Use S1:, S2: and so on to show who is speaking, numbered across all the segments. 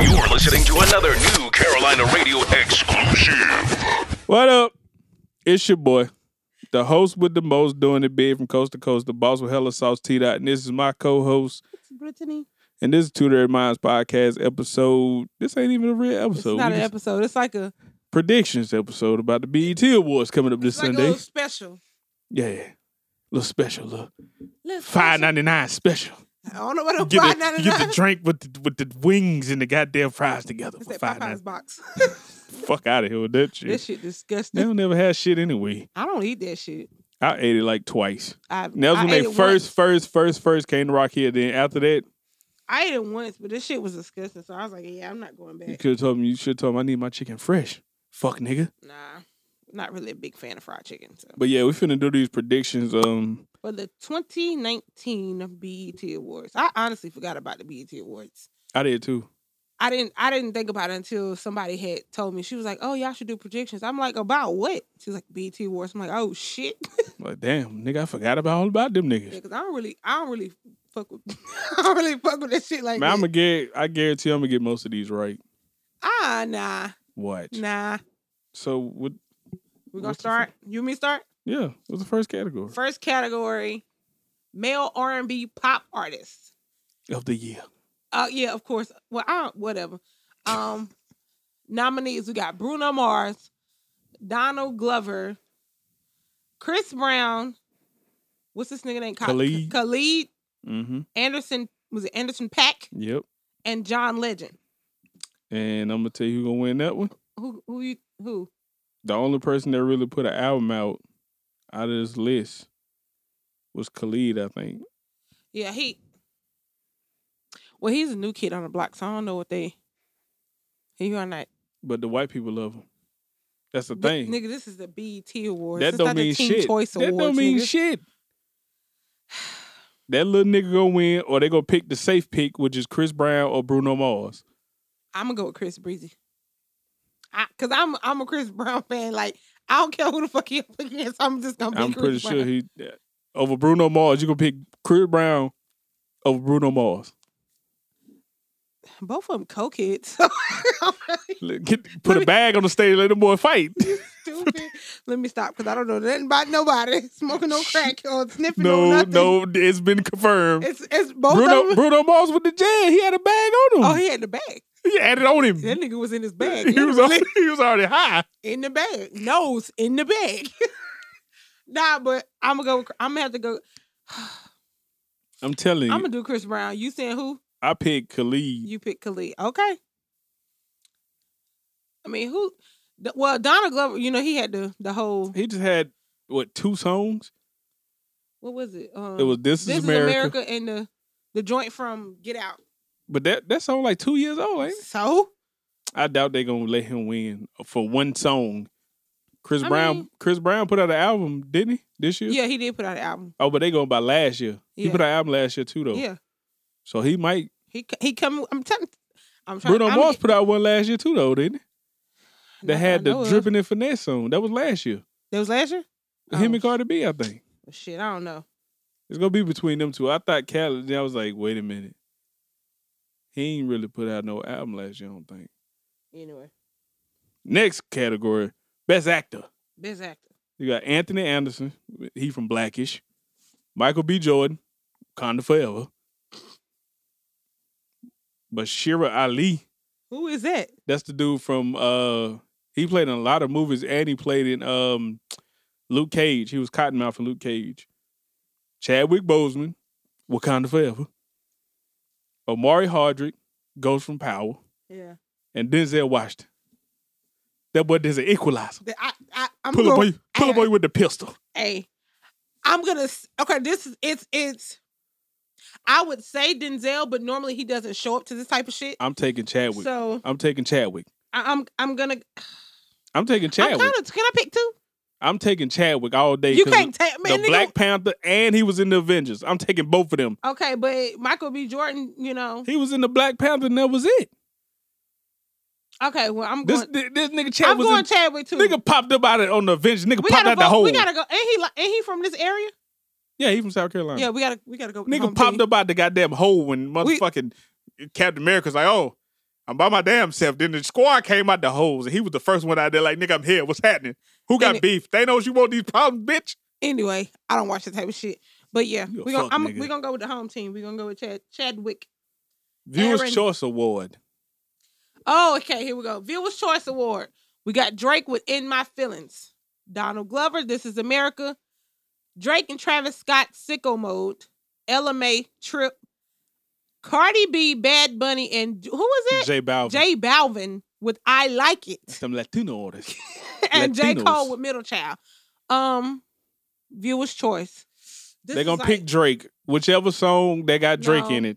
S1: You're listening to another new Carolina Radio exclusive.
S2: What up? It's your boy, the host with the most, doing it big from coast to coast, the boss with hella sauce, T dot, and this is my co-host,
S3: Brittany.
S2: and this is Tutor Minds podcast episode. This ain't even a real
S3: It's
S2: episode.
S3: not
S2: We
S3: an
S2: just-
S3: episode. It's like a
S2: predictions episode about the BET Awards coming up this
S3: it's like a
S2: Sunday.
S3: little special.
S2: yeah, little special, little
S3: Little
S2: five
S3: special.
S2: ninety nine special.
S3: I don't know what a
S2: Get
S3: five
S2: the,
S3: ninety
S2: get the
S3: nine.
S2: drink with the, with the wings and the goddamn fries together.
S3: It's
S2: For
S3: that
S2: five
S3: Popeye's
S2: ninety
S3: box.
S2: Fuck out of here with that shit.
S3: This shit
S2: they
S3: disgusting.
S2: don't never have shit anyway.
S3: I don't eat that shit.
S2: I ate it like twice.
S3: I,
S2: And that was
S3: I
S2: when
S3: ate
S2: they
S3: it
S2: first,
S3: once.
S2: first, first, first came to Rock here. Then after that,
S3: I ate it once, but this shit was disgusting. So I was like, yeah, I'm not going
S2: you
S3: back.
S2: could have told me. You should have told me I need my chicken fresh. Fuck nigga.
S3: Nah, not really a big fan of fried chicken. So.
S2: But yeah, we finna do these predictions. Um,
S3: For the 2019 BET E Awards, I honestly forgot about the BET Awards.
S2: I did too.
S3: I didn't I didn't think about it until somebody had told me. She was like, "Oh, y'all should do predictions." I'm like, "About what?" She's like, "BT Awards." I'm like, "Oh shit."
S2: Like damn, nigga, I forgot about all about them niggas.
S3: Yeah, cause I don't really, I don't really fuck with, I don't really fuck with that shit like
S2: Man, I'm gonna
S3: that.
S2: get. I guarantee I'm gonna get most of these right.
S3: ah, nah,
S2: What?
S3: nah.
S2: So what?
S3: We're
S2: What
S3: gonna
S2: you
S3: start. You and me start.
S2: Yeah, what's the first category
S3: First category, male R and B pop artist.
S2: of the year?
S3: Uh, yeah, of course. Well, I don't, whatever. Um, nominees we got Bruno Mars, Donald Glover, Chris Brown. What's this nigga name? Ka-
S2: Khalid.
S3: Khalid
S2: Mm-hmm.
S3: Anderson was it Anderson Pack
S2: Yep.
S3: and John Legend.
S2: And I'm gonna tell you who gonna win that one.
S3: Who who you who?
S2: The only person that really put an album out out of this list was Khalid, I think.
S3: Yeah, he. Well, he's a new kid on the block, so I don't know what they. He or not.
S2: But the white people love him. That's the
S3: Thi-
S2: thing.
S3: nigga, this is the BET Awards.
S2: that
S3: It's
S2: don't
S3: not
S2: mean
S3: the Teen
S2: shit.
S3: Choice
S2: that
S3: Awards,
S2: don't mean
S3: nigga.
S2: shit. That little nigga gonna win, or they gonna pick the safe pick, which is Chris Brown or Bruno Mars.
S3: I'm gonna go with Chris Breezy. I, Cause I'm I'm a Chris Brown fan. Like I don't care who the fuck he up against. I'm just gonna. Be
S2: I'm pretty
S3: Chris
S2: sure
S3: Brown.
S2: he uh, over Bruno Mars. You gonna pick Chris Brown over Bruno Mars.
S3: Both of them co-kids. So I'm really
S2: Let- Get, put a bag on the stage, let the boy fight.
S3: stupid. Let me stop because I don't know nothing about nobody smoking no crack or sniffing no,
S2: no,
S3: nothing.
S2: no, it's been confirmed.
S3: It's it's both of
S2: Bruno
S3: them.
S2: Bruno Mars with the jab. He had a bag on him.
S3: Oh, he had the bag.
S2: he, had it on him.
S3: That nigga was in his bag.
S2: he was already, he was already high.
S3: in the bag. Nose in the bag. nah, but I'm gonna go. with- I'm gonna have to go.
S2: I'm telling you,
S3: I'm gonna do Chris Brown. You saying who?
S2: I picked Khalid.
S3: You pick Khalid. Okay. I mean, who? the- Well, Donald Glover. You know, he had the the whole.
S2: He just had what two songs?
S3: What was it? Um,
S2: It was This,
S3: This
S2: is, America.
S3: and the the joint from Get Out.
S2: but that that song like two years old. Ain't it?
S3: So
S2: I doubt they gonna let him win for one song. Chris
S3: I
S2: Brown,
S3: mean-
S2: Chris Brown put out an album, didn't he? This year?
S3: yeah, he did put out an album.
S2: Oh, but they going by last year. He
S3: Yeah.
S2: put out an album last year too, though.
S3: Yeah,
S2: So he might.
S3: he c- he come. I'm telling. I'm trying.
S2: Bruno
S3: I'm
S2: Mars
S3: get-
S2: put out one last year too, though, didn't he? That
S3: not that I
S2: had the
S3: know of.
S2: dripping and finesse song. That was last year.
S3: That was last year.
S2: Him
S3: Oh.
S2: and Cardi B, I think.
S3: Shit, I don't know.
S2: It's gonna be between them two. I thought Khaled. Then I was like, wait a minute. He ain't really put out no album last year. I don't think.
S3: Anyway,
S2: Next category, best actor.
S3: best actor.
S2: You got Anthony Anderson. He from Blackish. Michael B. Jordan, Conda Forever. Bashira Ali.
S3: Who is that?
S2: That's the dude from. uh He played in a lot of movies, and he played in um Luke Cage. He was Cottonmouth in Luke Cage. Chadwick Boseman, Wakanda Forever. Omari Hardrick, Ghost from Power,
S3: Yeah.
S2: and Denzel Washington. That boy Denzel Equalizer.
S3: I, I, I'm
S2: Pull
S3: gonna,
S2: a boy, pull a
S3: I-
S2: boy with the pistol.
S3: Hey, I'm gonna. s- Okay, this is it's it's. I would say Denzel, but normally he doesn't show up to this type of shit.
S2: I'm taking Chadwick.
S3: So
S2: I'm taking Chadwick.
S3: I, I'm I'm gonna.
S2: I'm taking
S3: I'm
S2: Chadwick. I'm,
S3: kind of. Can I pick two?
S2: taking Chadwick all day.
S3: you
S2: 'cause
S3: can't take
S2: the
S3: man. nigga,
S2: Black Panther and he was in the Avengers. I'm taking both of them.
S3: Okay, but Michael B. Jordan, you know.
S2: He was in the Black Panther and that was it.
S3: Okay, well I'm
S2: This
S3: going.
S2: thi- this nigga Chad
S3: I'm
S2: was
S3: going
S2: in,
S3: Chadwick too.
S2: nigga popped up out of, on the Avengers. Nigga popped
S3: we gotta
S2: out the
S3: vote.
S2: hole.
S3: We gotta go. Ain't he? li- Ain't he from this area?
S2: yeah, he from South Carolina.
S3: Yeah, we gotta. We gotta go.
S2: nigga popped up out the goddamn hole when
S3: We-
S2: motherfucking Captain America's like, oh, I I'm by my damn self. Then the squad came out the hose, and he was the first one out there. Like, nigga, I'm here. What's happening? Who got
S3: And it-
S2: beef? They knows you want these problems, bitch.
S3: Anyway, I don't watch that type of shit. But yeah,
S2: You a
S3: we're gonna
S2: fuck
S3: I'm,
S2: nigga.
S3: we're gonna go with the home team. We're gonna go with Chad Chadwick.
S2: Viewers
S3: Aaron-
S2: Choice Award.
S3: Oh, okay, here we go. Viewers Choice Award. We got Drake with In My Feelings. Donald Glover, This Is America. Drake and Travis Scott, Sicko Mode. LMA, Trip. Cardi B, Bad Bunny, and who was it?
S2: J Balvin.
S3: J Balvin with I Like It.
S2: Some Latino artists.
S3: and J.
S2: Latinos.
S3: Cole with Middle Child. Um, viewer's choice. This
S2: They're
S3: is
S2: gonna
S3: like-
S2: pick Drake, whichever song that got Drake in
S3: No.
S2: it.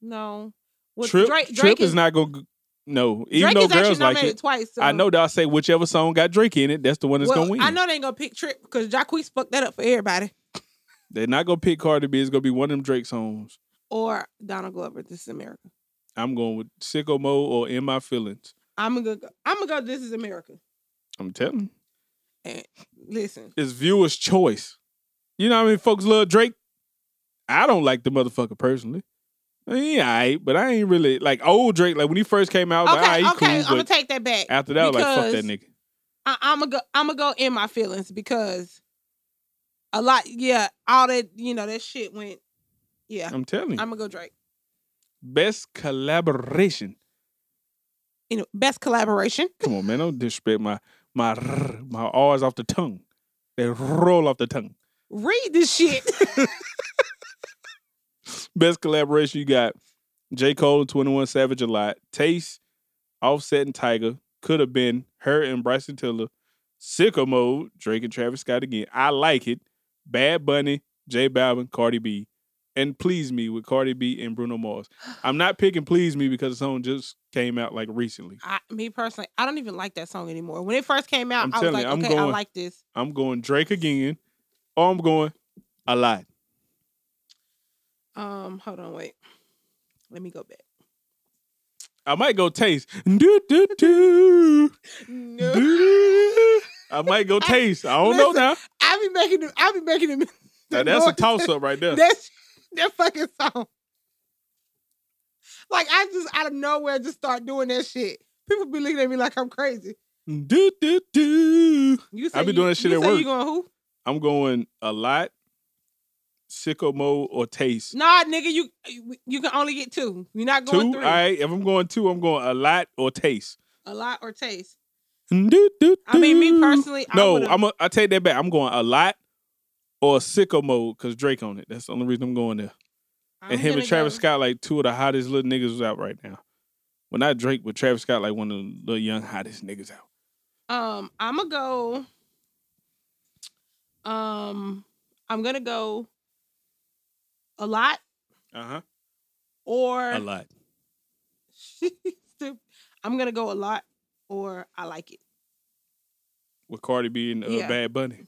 S3: no. Well,
S2: Trip,
S3: Drake, Drake
S2: Trip is,
S3: is
S2: not gonna. g- No, even
S3: Drake
S2: though
S3: is actually
S2: girls like
S3: nominated
S2: it,
S3: twice. so-
S2: I know that I say whichever song got Drake in it, that's the one that's
S3: well,
S2: gonna win.
S3: I know they ain't gonna pick Trip because Jacquees fucked that up for everybody.
S2: They're not gonna pick Cardi B. It's gonna be one of them Drake songs.
S3: Or Donald Glover. This is America.
S2: I'm going with Sicko Mode or In My Feelings.
S3: I'm gonna go. I'm gonna go. This is America.
S2: I'm telling. you.
S3: And listen,
S2: It's viewers' choice. You know what I mean? Folks love Drake. I don't like the motherfucker personally. Yeah, I ain't, but I ain't really like old Drake. Like when he first came out, I was
S3: okay,
S2: like, "Ah, he
S3: okay, I'm
S2: cool.
S3: gonna
S2: But
S3: take that back.
S2: after that, I was like, fuck that
S3: because-
S2: nigga.
S3: I, I'm gonna go. I'm gonna go in my feelings because a lot. Yeah, all that you know that shit went. Yeah,
S2: I'm telling you.
S3: I'm gonna go Drake.
S2: Best collaboration.
S3: you know, best collaboration.
S2: Come on, man. Don't disrespect my my r- my R's off the tongue. They roll off the tongue.
S3: Read this shit.
S2: Best collaboration you got J. Cole and 21 Savage a lot. Taste, Offset and Tiger. Could have been her and Bryson Tiller. Sicko Mode, Drake and Travis Scott again. I like it. Bad Bunny, J Balvin, Cardi B. And Please Me with Cardi B and Bruno Mars. I'm not picking Please Me because the song just came out like recently.
S3: I, me personally, I don't even like that song anymore. When it first came out,
S2: I'm
S3: i was
S2: telling
S3: like,
S2: you, I'm
S3: okay, I
S2: going-
S3: like this.
S2: I'm going Drake again, or I'm going a lot.
S3: Um, hold on, wait. Let me go back.
S2: I might go taste. Do, do, do. Do,
S3: No,
S2: do. I might go taste. I don't know
S3: Listen,
S2: now.
S3: I be making them. I be making them.
S2: Now, that's a toss up right there.
S3: That's that fucking song. Like I just out of nowhere just start doing that shit. People be looking at me like I'm crazy.
S2: Do, do, do.
S3: You say
S2: I be
S3: you-
S2: doing that shit
S3: you
S2: at
S3: say
S2: work.
S3: You going who?
S2: I'm going a lot, sicko mode, or taste.
S3: Nah, nigga, you you can only get two. You're not
S2: two.
S3: going
S2: All
S3: three.
S2: right. If I'm going two, I'm going a lot or taste.
S3: A lot or taste.
S2: Do, do, do.
S3: I mean, me personally, I
S2: Mm. No,
S3: would've-
S2: I'm a, I take that back. I'm going a lot or sicko mode because Drake on it. That's the only reason I'm going there.
S3: I'm
S2: and him
S3: gonna
S2: and Travis
S3: go-
S2: Scott like two of the hottest little niggas out right now. Well, not Drake, but Travis Scott like one of the little young hottest niggas out.
S3: Um, I'm gonna go. Um, I'm gonna go a lot
S2: Uh
S3: Uh-huh.
S2: huh.
S3: or
S2: A lot.
S3: Stupid. I'm gonna go a lot or I like it.
S2: With Cardi B and uh,
S3: Yeah.
S2: Bad Bunny,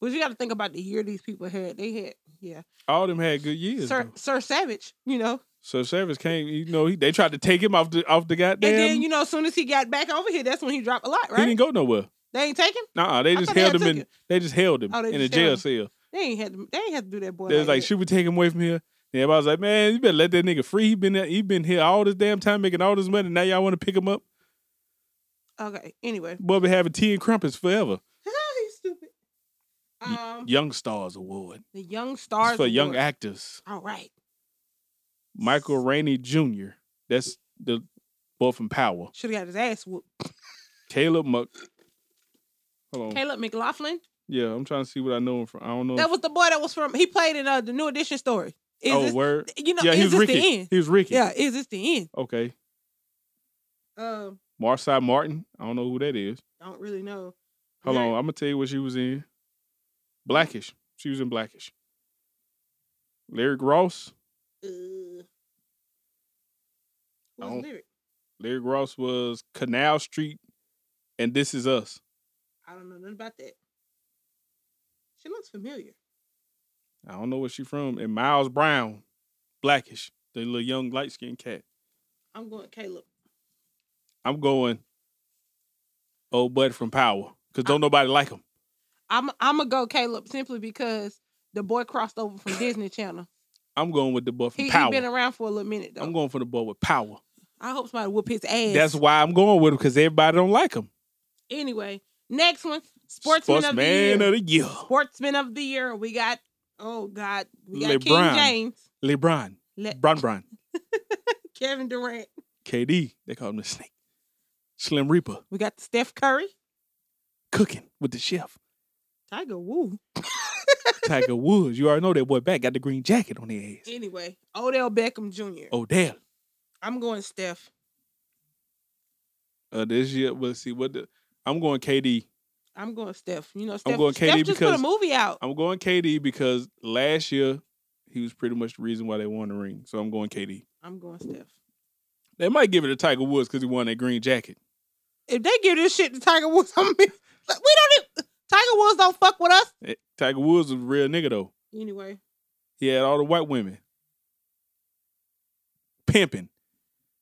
S3: But you got to think about the year these people had. They had, yeah,
S2: all them had good years.
S3: Sir
S2: though.
S3: Sir Savage, you know.
S2: So Savage came. You know, he, they tried to take him off the off the goddamn.
S3: And then you know, as soon as he got back over here, that's when he dropped a lot,
S2: He
S3: right?
S2: didn't go nowhere.
S3: They ain't taking.
S2: Nah, they
S3: I
S2: just
S3: thought they
S2: held
S3: had
S2: him in.
S3: took it.
S2: They just held him
S3: Oh, they
S2: in a
S3: just
S2: jail
S3: held
S2: cell.
S3: They ain't had. To, they ain't had to do that boy.
S2: They was like,
S3: that.
S2: should we take him away from here? And everybody was like, man, you better let that nigga free. He been there, he been here all this damn time making all this money. Now y'all want to pick him up?
S3: okay. Anyway,
S2: Boy, been having tea and crumpets forever.
S3: he's stupid. Um,
S2: Young Stars Award.
S3: the young
S2: It's
S3: stars
S2: for young
S3: Award.
S2: actors.
S3: All right.
S2: Michael Rainey Jr. That's the boy from Power.
S3: Should have got his ass whooped.
S2: Caleb Muck. Hold on.
S3: Caleb McLaughlin.
S2: Yeah, I'm trying to see what I know him from. I don't know.
S3: That was the boy that was from. He played in uh, the New Edition story. Is
S2: oh,
S3: this,
S2: word.
S3: you know,
S2: yeah, he was
S3: is this
S2: Ricky.
S3: the end?
S2: He was Ricky.
S3: Yeah, is this the end?
S2: Okay.
S3: Um,
S2: Marsai Martin. I don't know who that is.
S3: I don't really know.
S2: Hold
S3: Yeah.
S2: on. I'm gonna tell you what she was in. Blackish. She was in Blackish. Larry Ross.
S3: Uh, what's
S2: don't-
S3: the lyric?
S2: Larry Ross was Canal Street, and This Is Us.
S3: I don't know nothing about that. She looks familiar.
S2: I don't know where she from. And Miles Brown, Blackish, the little young light skinned cat.
S3: I'm going Caleb.
S2: I'm going old bud from Power because don't nobody like him.
S3: I'm I'm gonna go Caleb simply because the boy crossed over from Disney Channel.
S2: I'm going with the boy from
S3: He, he
S2: Power.
S3: been around for a little minute though.
S2: I'm going for the boy with Power.
S3: I hope somebody whoop his ass.
S2: That's why I'm going with him because everybody don't like him.
S3: anyway. Next one, sportsman, of the year.
S2: Sportsman of the year,
S3: sportsman of the year. We got oh god, we got
S2: LeBron.
S3: King James,
S2: LeBron,
S3: Le-
S2: Bron Bron,
S3: Kevin Durant.
S2: KD. They call him the snake. Slim Reaper
S3: We got Steph Curry,
S2: cooking with the chef.
S3: Tiger Woo.
S2: Tiger Woods. You already know that boy back got the green jacket on his ass.
S3: Anyway, Odell Beckham Jr.
S2: Odell.
S3: I'm going Steph.
S2: Uh, this year, we'll see what the. I'm going KD.
S3: I'm going Steph. You know, Steph,
S2: going
S3: Steph
S2: KD
S3: just put
S2: because-
S3: a movie out.
S2: I'm going KD because last year he was pretty much the reason why they won the ring. So I'm going KD.
S3: I'm going Steph.
S2: They might give it to Tiger Woods because he won that green jacket.
S3: If they give this shit to Tiger Woods, I'm we don't. e- Tiger Woods don't fuck with us.
S2: Eh, Tiger Woods was a real nigga though.
S3: Anyway,
S2: He had all the white women pimping.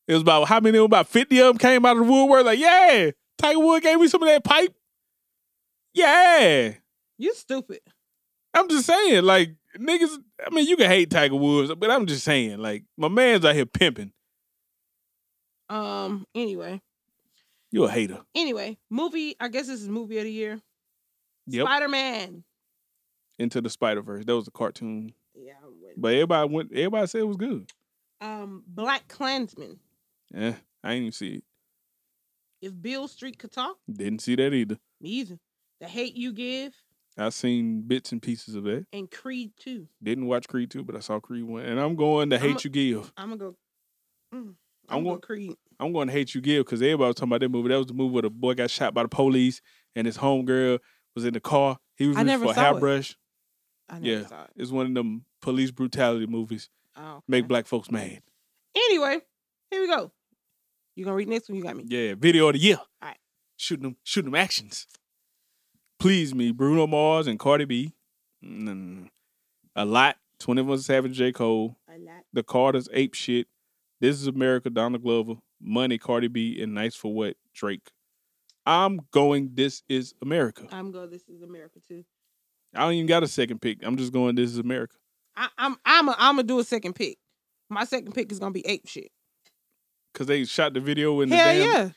S2: It was about how many? About fifty of them came out of the woodwork. Like, yeah, Tiger Woods gave me some of that pipe. Yeah,
S3: you stupid.
S2: I'm just saying, like niggas. I mean, you can hate Tiger Woods, but I'm just saying, like my man's out here pimping.
S3: Um. Anyway.
S2: You a hater?
S3: Anyway, movie. I guess this is movie of the year.
S2: Yep.
S3: Spider Man.
S2: Into the Spider Verse. That was a cartoon,
S3: Yeah. I'm with it.
S2: but everybody went. Everybody said it was good.
S3: Um. Black Klansman.
S2: Yeah, I ain't even see it.
S3: If Bill Street could talk,
S2: Didn't see that either.
S3: me either. The Hate You Give
S2: I seen bits and pieces of that.
S3: and Creed Two.
S2: Didn't watch Creed two, but I saw Creed one, and I'm going to
S3: I'm
S2: Hate You Give.
S3: I'm gonna go. Mm,
S2: I'm
S3: I'm,
S2: go-
S3: going Creed.
S2: I'm going to Hate You Give because everybody was talking about that movie. That was the movie where the boy got shot by the police, and his homegirl was in the car. He was
S3: I
S2: reaching
S3: never
S2: for a
S3: saw it.
S2: hairbrush.
S3: I never
S2: Yeah.
S3: saw it.
S2: It's one of them police brutality movies.
S3: Oh,
S2: Make
S3: okay.
S2: black folks mad.
S3: Anyway, here we go. You gonna read next one? You got me.
S2: Yeah, video of the year.
S3: Alright.
S2: Shooting them, shooting them actions. Please me, Bruno Mars and Cardi B. Mm, a lot. 21 Savage J. Cole.
S3: A lot.
S2: The Carters Ape Shit. This is America, Donna Glover. Money, Cardi B, and Nice for What, Drake. I'm going This Is America.
S3: I'm going. This is America too.
S2: I don't even got a second pick. I'm just going This Is America.
S3: I, I'm I'm a, I'm gonna do a second pick. My second pick is gonna be ape shit.
S2: Cause they shot the video in
S3: Hell
S2: the damn
S3: yeah,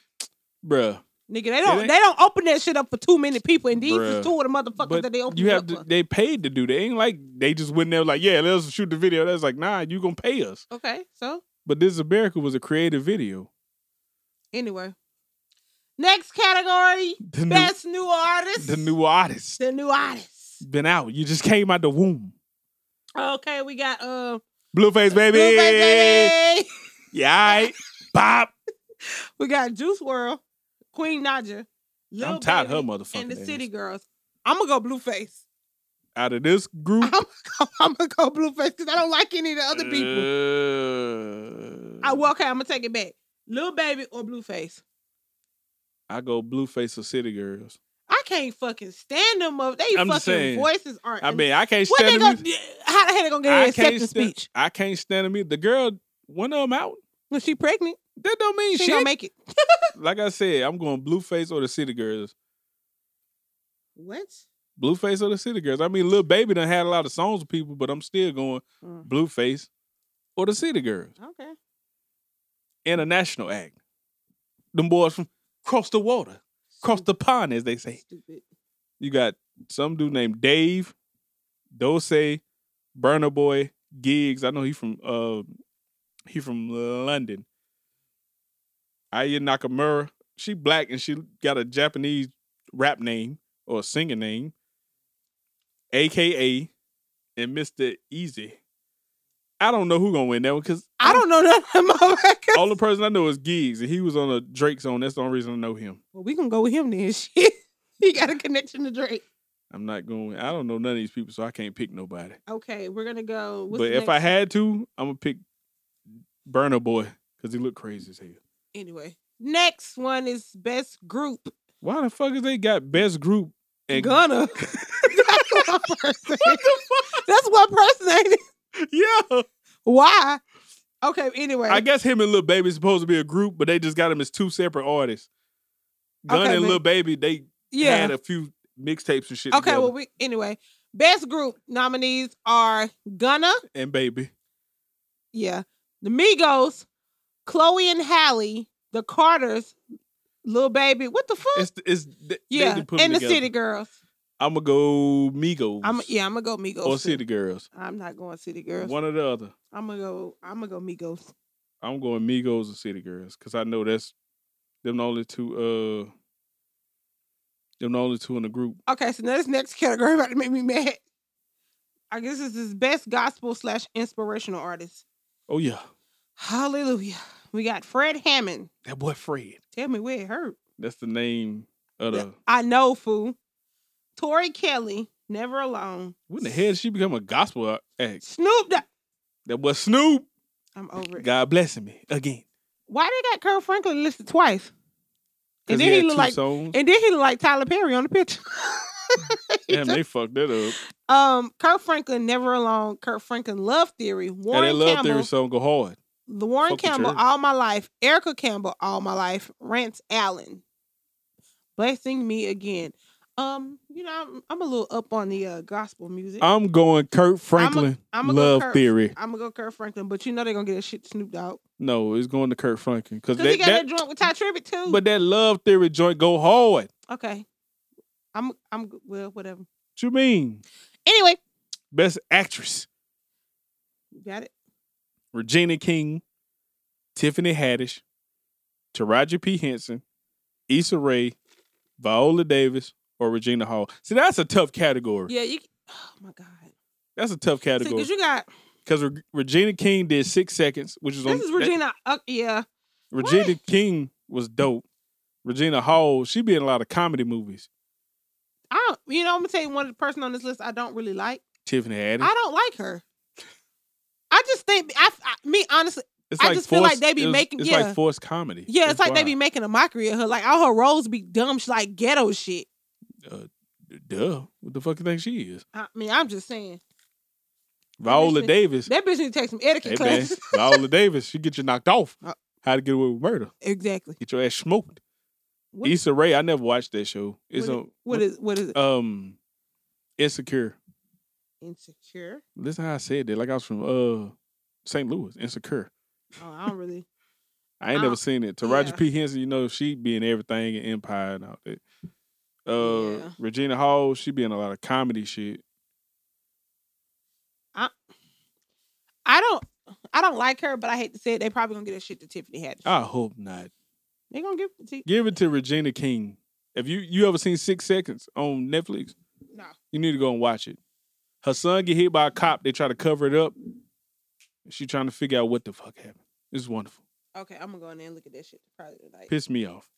S2: bruh.
S3: nigga. They don't
S2: ain't-
S3: they don't open that shit up for too many people, and these
S2: Bruh.
S3: is two of the motherfuckers
S2: But
S3: that they open
S2: you
S3: it
S2: have
S3: up
S2: to,
S3: for.
S2: they paid to do that. Ain't like they just went there like, yeah, let's shoot the video. That's like, nah, you gonna pay us.
S3: Okay, so
S2: But This Is America was a creative video.
S3: anyway, next category:
S2: The new,
S3: best new artist.
S2: the new artist
S3: the new artist.
S2: been out. You just came out the womb.
S3: Okay, we got uh,
S2: Blueface baby.
S3: Blueface Baby.
S2: Yeah, all right. Bop.
S3: We got Juice World, Queen Naja. Lil
S2: I'm tired of her
S3: Baby,
S2: motherfucking
S3: And the
S2: ass.
S3: City Girls. I'm gonna go Blueface.
S2: Out of this group.
S3: I'm I'm gonna go Blueface because I don't like any of the other people.
S2: people.
S3: I well, okay, I'm gonna take it back. Lil Baby or Blueface.
S2: I go Blueface or City Girls.
S3: I can't fucking stand them up. They
S2: I'm
S3: fucking
S2: just saying.
S3: voices aren't.
S2: I mean, I can't
S3: what they
S2: stand
S3: gonna,
S2: them.
S3: how the hell they gonna get an
S2: I can't
S3: acceptance
S2: stand-
S3: speech?
S2: I can't stand them. either. The girl, one of them out.
S3: When she pregnant,
S2: That don't mean
S3: she,
S2: shit.
S3: gonna make it.
S2: like I said, I'm going Blueface or the City Girls.
S3: What?
S2: Blueface or the City Girls. I mean, Lil Baby done had a lot of songs with people, but I'm still going
S3: Mm,
S2: Blueface or the City Girls.
S3: okay.
S2: International act. Them boys from across the water, across the pond, as they say.
S3: Stupid.
S2: You got some dude named Dave, Dose, Burner Boy, Gigs. I know he from uh he from London. Aya Nakamura. She black and she got a Japanese rap name or singer name. AKA and Mr. Easy. I don't know who gonna win that one because
S3: I don't know none of them motherfuckers.
S2: all the person I know is Gigs, and he was on a Drake song. That's the only reason I know him.
S3: Well, we can go with him then. Shit, he got a connection to Drake.
S2: I'm not going. I don't know none of these people, so I can't pick nobody.
S3: Okay, we're gonna go. What's
S2: but
S3: the
S2: if I
S3: next-
S2: had to, I'm gonna pick Burner Boy because he looked crazy as hell.
S3: anyway, next one is best group.
S2: Why the fuck is they got best group and
S3: Gunna. That's one person. That's one person. Ain't it?
S2: yeah?
S3: Why? Okay. Anyway,
S2: I guess him and Lil Baby supposed to be a group, but they just got him as two separate artists. Gun
S3: Okay,
S2: and
S3: but-
S2: Lil Baby, they
S3: yeah.
S2: had a few mixtapes and shit.
S3: Okay.
S2: together.
S3: Well, we anyway. Best group nominees are Gunna.
S2: and Baby,
S3: Yeah, the Migos, Chloe and Hallie, the Carters, little baby. What the fuck?
S2: It's it's they,
S3: yeah,
S2: they
S3: and the City Girls.
S2: I'm gonna go Migos.
S3: I'm yeah, I'm gonna go Migos.
S2: or
S3: too.
S2: City Girls.
S3: I'm not going City Girls.
S2: One or the other.
S3: I'm gonna go. I'm gonna go Migos.
S2: I'm going Migos or City Girls because I know that's them the only two. Uh, them the only two in the group.
S3: Okay, so now this next category about to make me mad. I guess this is best gospel slash inspirational artist.
S2: Oh yeah,
S3: Hallelujah. We got Fred Hammond.
S2: that boy Fred.
S3: Tell me where it hurt.
S2: That's the name of the.
S3: I know, fool. Tori Kelly, never alone.
S2: When the hell did she become a gospel uh, act?
S3: Snoop Dogg.
S2: That boy Snoop.
S3: I'm over it.
S2: God blessing me again.
S3: Why they got Kirk Franklin listed twice?
S2: 'Cause
S3: And then he
S2: had
S3: look
S2: two
S3: like-
S2: songs.
S3: And then he looked like Tyler Perry on the picture. He
S2: Damn, they fucked that up.
S3: Um, Kirk Franklin, Never Alone, Kirk Franklin, Love Theory,
S2: And
S3: Warren
S2: that love
S3: Campbell,
S2: theory song go hard.
S3: the Warren
S2: Fuck with
S3: Campbell,
S2: her.
S3: All My Life, Erica Campbell, All My Life, Rance Allen, Blessing Me Again. Um, you know, I'm, I'm a little up on the uh, gospel music.
S2: I'm going Kurt Franklin.
S3: I'ma go
S2: love
S3: Kirk-
S2: theory.
S3: I'm gonna go Kirk Franklin, but you know they're gonna get a shit Snoop Dogg
S2: No, it's going to Kurt Franklin because
S3: because he
S2: that,
S3: got
S2: that
S3: that joint with Ty Tribbett too.
S2: but that love theory joint go hard.
S3: okay, I'm I'm well whatever.
S2: What you mean?
S3: Anyway,
S2: Best actress:
S3: you got it.
S2: Regina King, Tiffany Haddish, Taraji P Henson, Issa Rae, Viola Davis, or Regina Hall. See, that's a tough category.
S3: Yeah, you. Oh my god.
S2: That's a tough category
S3: Because you got
S2: because Regina King did six seconds, which is on
S3: this is
S2: that-
S3: Regina. Uh, yeah,
S2: Regina
S3: What?
S2: King was dope. Regina Hall, she be in a lot of comedy movies.
S3: I. don't- You know, I'm gonna tell you one of the person on this list I don't really like.
S2: Tiffany Haddish.
S3: I don't like her. I just think I, I me honestly.
S2: it's
S3: I just feel like they be
S2: it's-
S3: making-
S2: It's
S3: yeah.
S2: like forced comedy.
S3: Yeah,
S2: That's
S3: it's like they be
S2: why.
S3: making a mockery of her. Like all her roles be dumb. She like ghetto shit.
S2: duh. What the fuck you think she is?
S3: I mean, I'm just saying
S2: Viola
S3: Listen,
S2: Davis.
S3: that bitch need to take some etiquette
S2: Hey man,
S3: classes.
S2: Viola Davis. She get you knocked off.
S3: Uh,
S2: How to get away with murder?
S3: Exactly.
S2: Get your ass smoked.
S3: What-
S2: Issa Rae. I never watched that show. It's
S3: What
S2: on.
S3: it- what is what is it?
S2: um insecure. Oh.
S3: Insecure.
S2: Listen how I said that. Like I was from uh St. Louis. Insecure.
S3: Oh, I don't really.
S2: I ain't
S3: Uh,
S2: never seen it. Taraji
S3: yeah.
S2: P. Henson, you know, she be in everything in Empire and all that. Uh,
S3: Yeah.
S2: Regina Hall, she be in a lot of comedy shit.
S3: I don't. I don't like her, but I hate to say it. They probably gonna get a shit to Tiffany Haddish.
S2: I hope not.
S3: they gonna give it to
S2: Give it to Regina King. If you you ever seen Six Seconds on Netflix,
S3: no.
S2: you need to go and watch it. Her son get hit by a cop. They try to cover it up. She trying to figure out what the fuck happened. It's wonderful.
S3: Okay, I'm gonna go in there and look at that shit probably tonight.
S2: Pissed me off.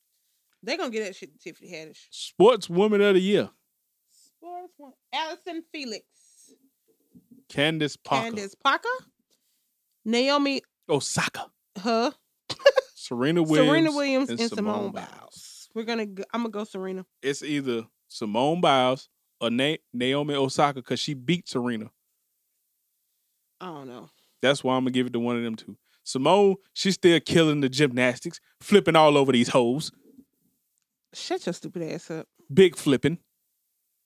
S3: They gonna get that shit to Tiffany Haddish.
S2: Sports Woman of the Year,
S3: Sports one. Allison Felix.
S2: Candace Parker,
S3: Candace Parker. Naomi.
S2: Osaka,
S3: Huh.
S2: Serena Williams,
S3: Serena Williams
S2: and
S3: and,
S2: Simone
S3: Simone,
S2: Biles.
S3: Biles. We're gonna. Go, I'm gonna go Serena.
S2: it's either Simone Biles or Na- Naomi Osaka because she beat Serena.
S3: I don't know.
S2: That's why I'm gonna give it to one of them two. Simone, she's still killing the gymnastics, flipping all over these hoes,
S3: Shut your stupid ass up.
S2: big flipping.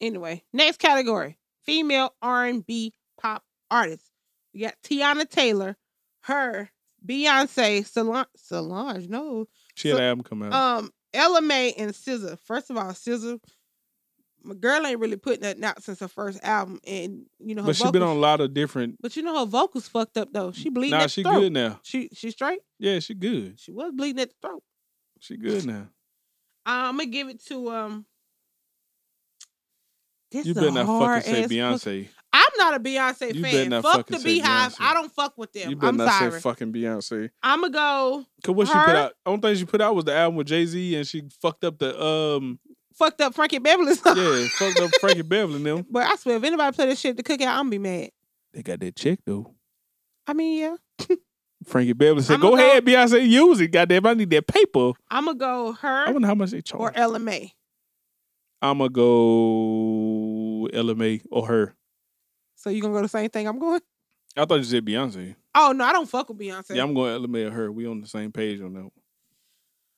S3: Anyway, next category: female R&B pop artists. We got Tiana Taylor, her, Beyonce, Solange. Solange, no,
S2: She had
S3: So-
S2: an album come out.
S3: um, Ella May and SZA. First of all, SZA, my girl ain't really putting nothing out since her first album, and you know her
S2: but she
S3: vocals.
S2: been on a lot of different.
S3: but you know her vocals fucked up though. She bleeding
S2: Nah,
S3: at the
S2: she
S3: throat.
S2: good now.
S3: She she straight.
S2: Yeah, she good.
S3: She was bleeding at the throat.
S2: She good now.
S3: I'm gonna Uh, give it to um. This
S2: You
S3: a
S2: better not
S3: hard
S2: fucking say
S3: ass fuck-
S2: Beyonce.
S3: I'm not a Beyonce
S2: You better
S3: fan.
S2: not
S3: fuck
S2: fucking
S3: the
S2: say
S3: Beehive.
S2: Beyonce.
S3: I don't fuck with
S2: You
S3: them.
S2: better
S3: I'm
S2: not
S3: sorry.
S2: say fucking Beyonce.
S3: I'm gonna go
S2: Cause what she put
S3: Her?
S2: out, only thing she put out was the album with Jay Z, and she fucked up the um,
S3: fucked up Frankie Beverly song.
S2: yeah, fucked up Frankie Beverly and them.
S3: But I swear, if anybody play this shit at the cookout, I'm gonna be mad.
S2: They got that check though.
S3: I mean, yeah.
S2: Frankie Beverly said,
S3: I'ma
S2: "Go
S3: go-
S2: ahead, Beyonce, use it. Goddamn, I need that paper.
S3: I'm gonna go
S2: I
S3: her
S2: wonder how much they
S3: or
S2: charge."
S3: Ella May.
S2: I'm gonna go LMA or her.
S3: So you gonna go the same thing I'm going?
S2: I thought you said Beyonce.
S3: Oh no, I don't fuck with Beyonce.
S2: Yeah, I'm going LMA or her. We on the same page on that. One.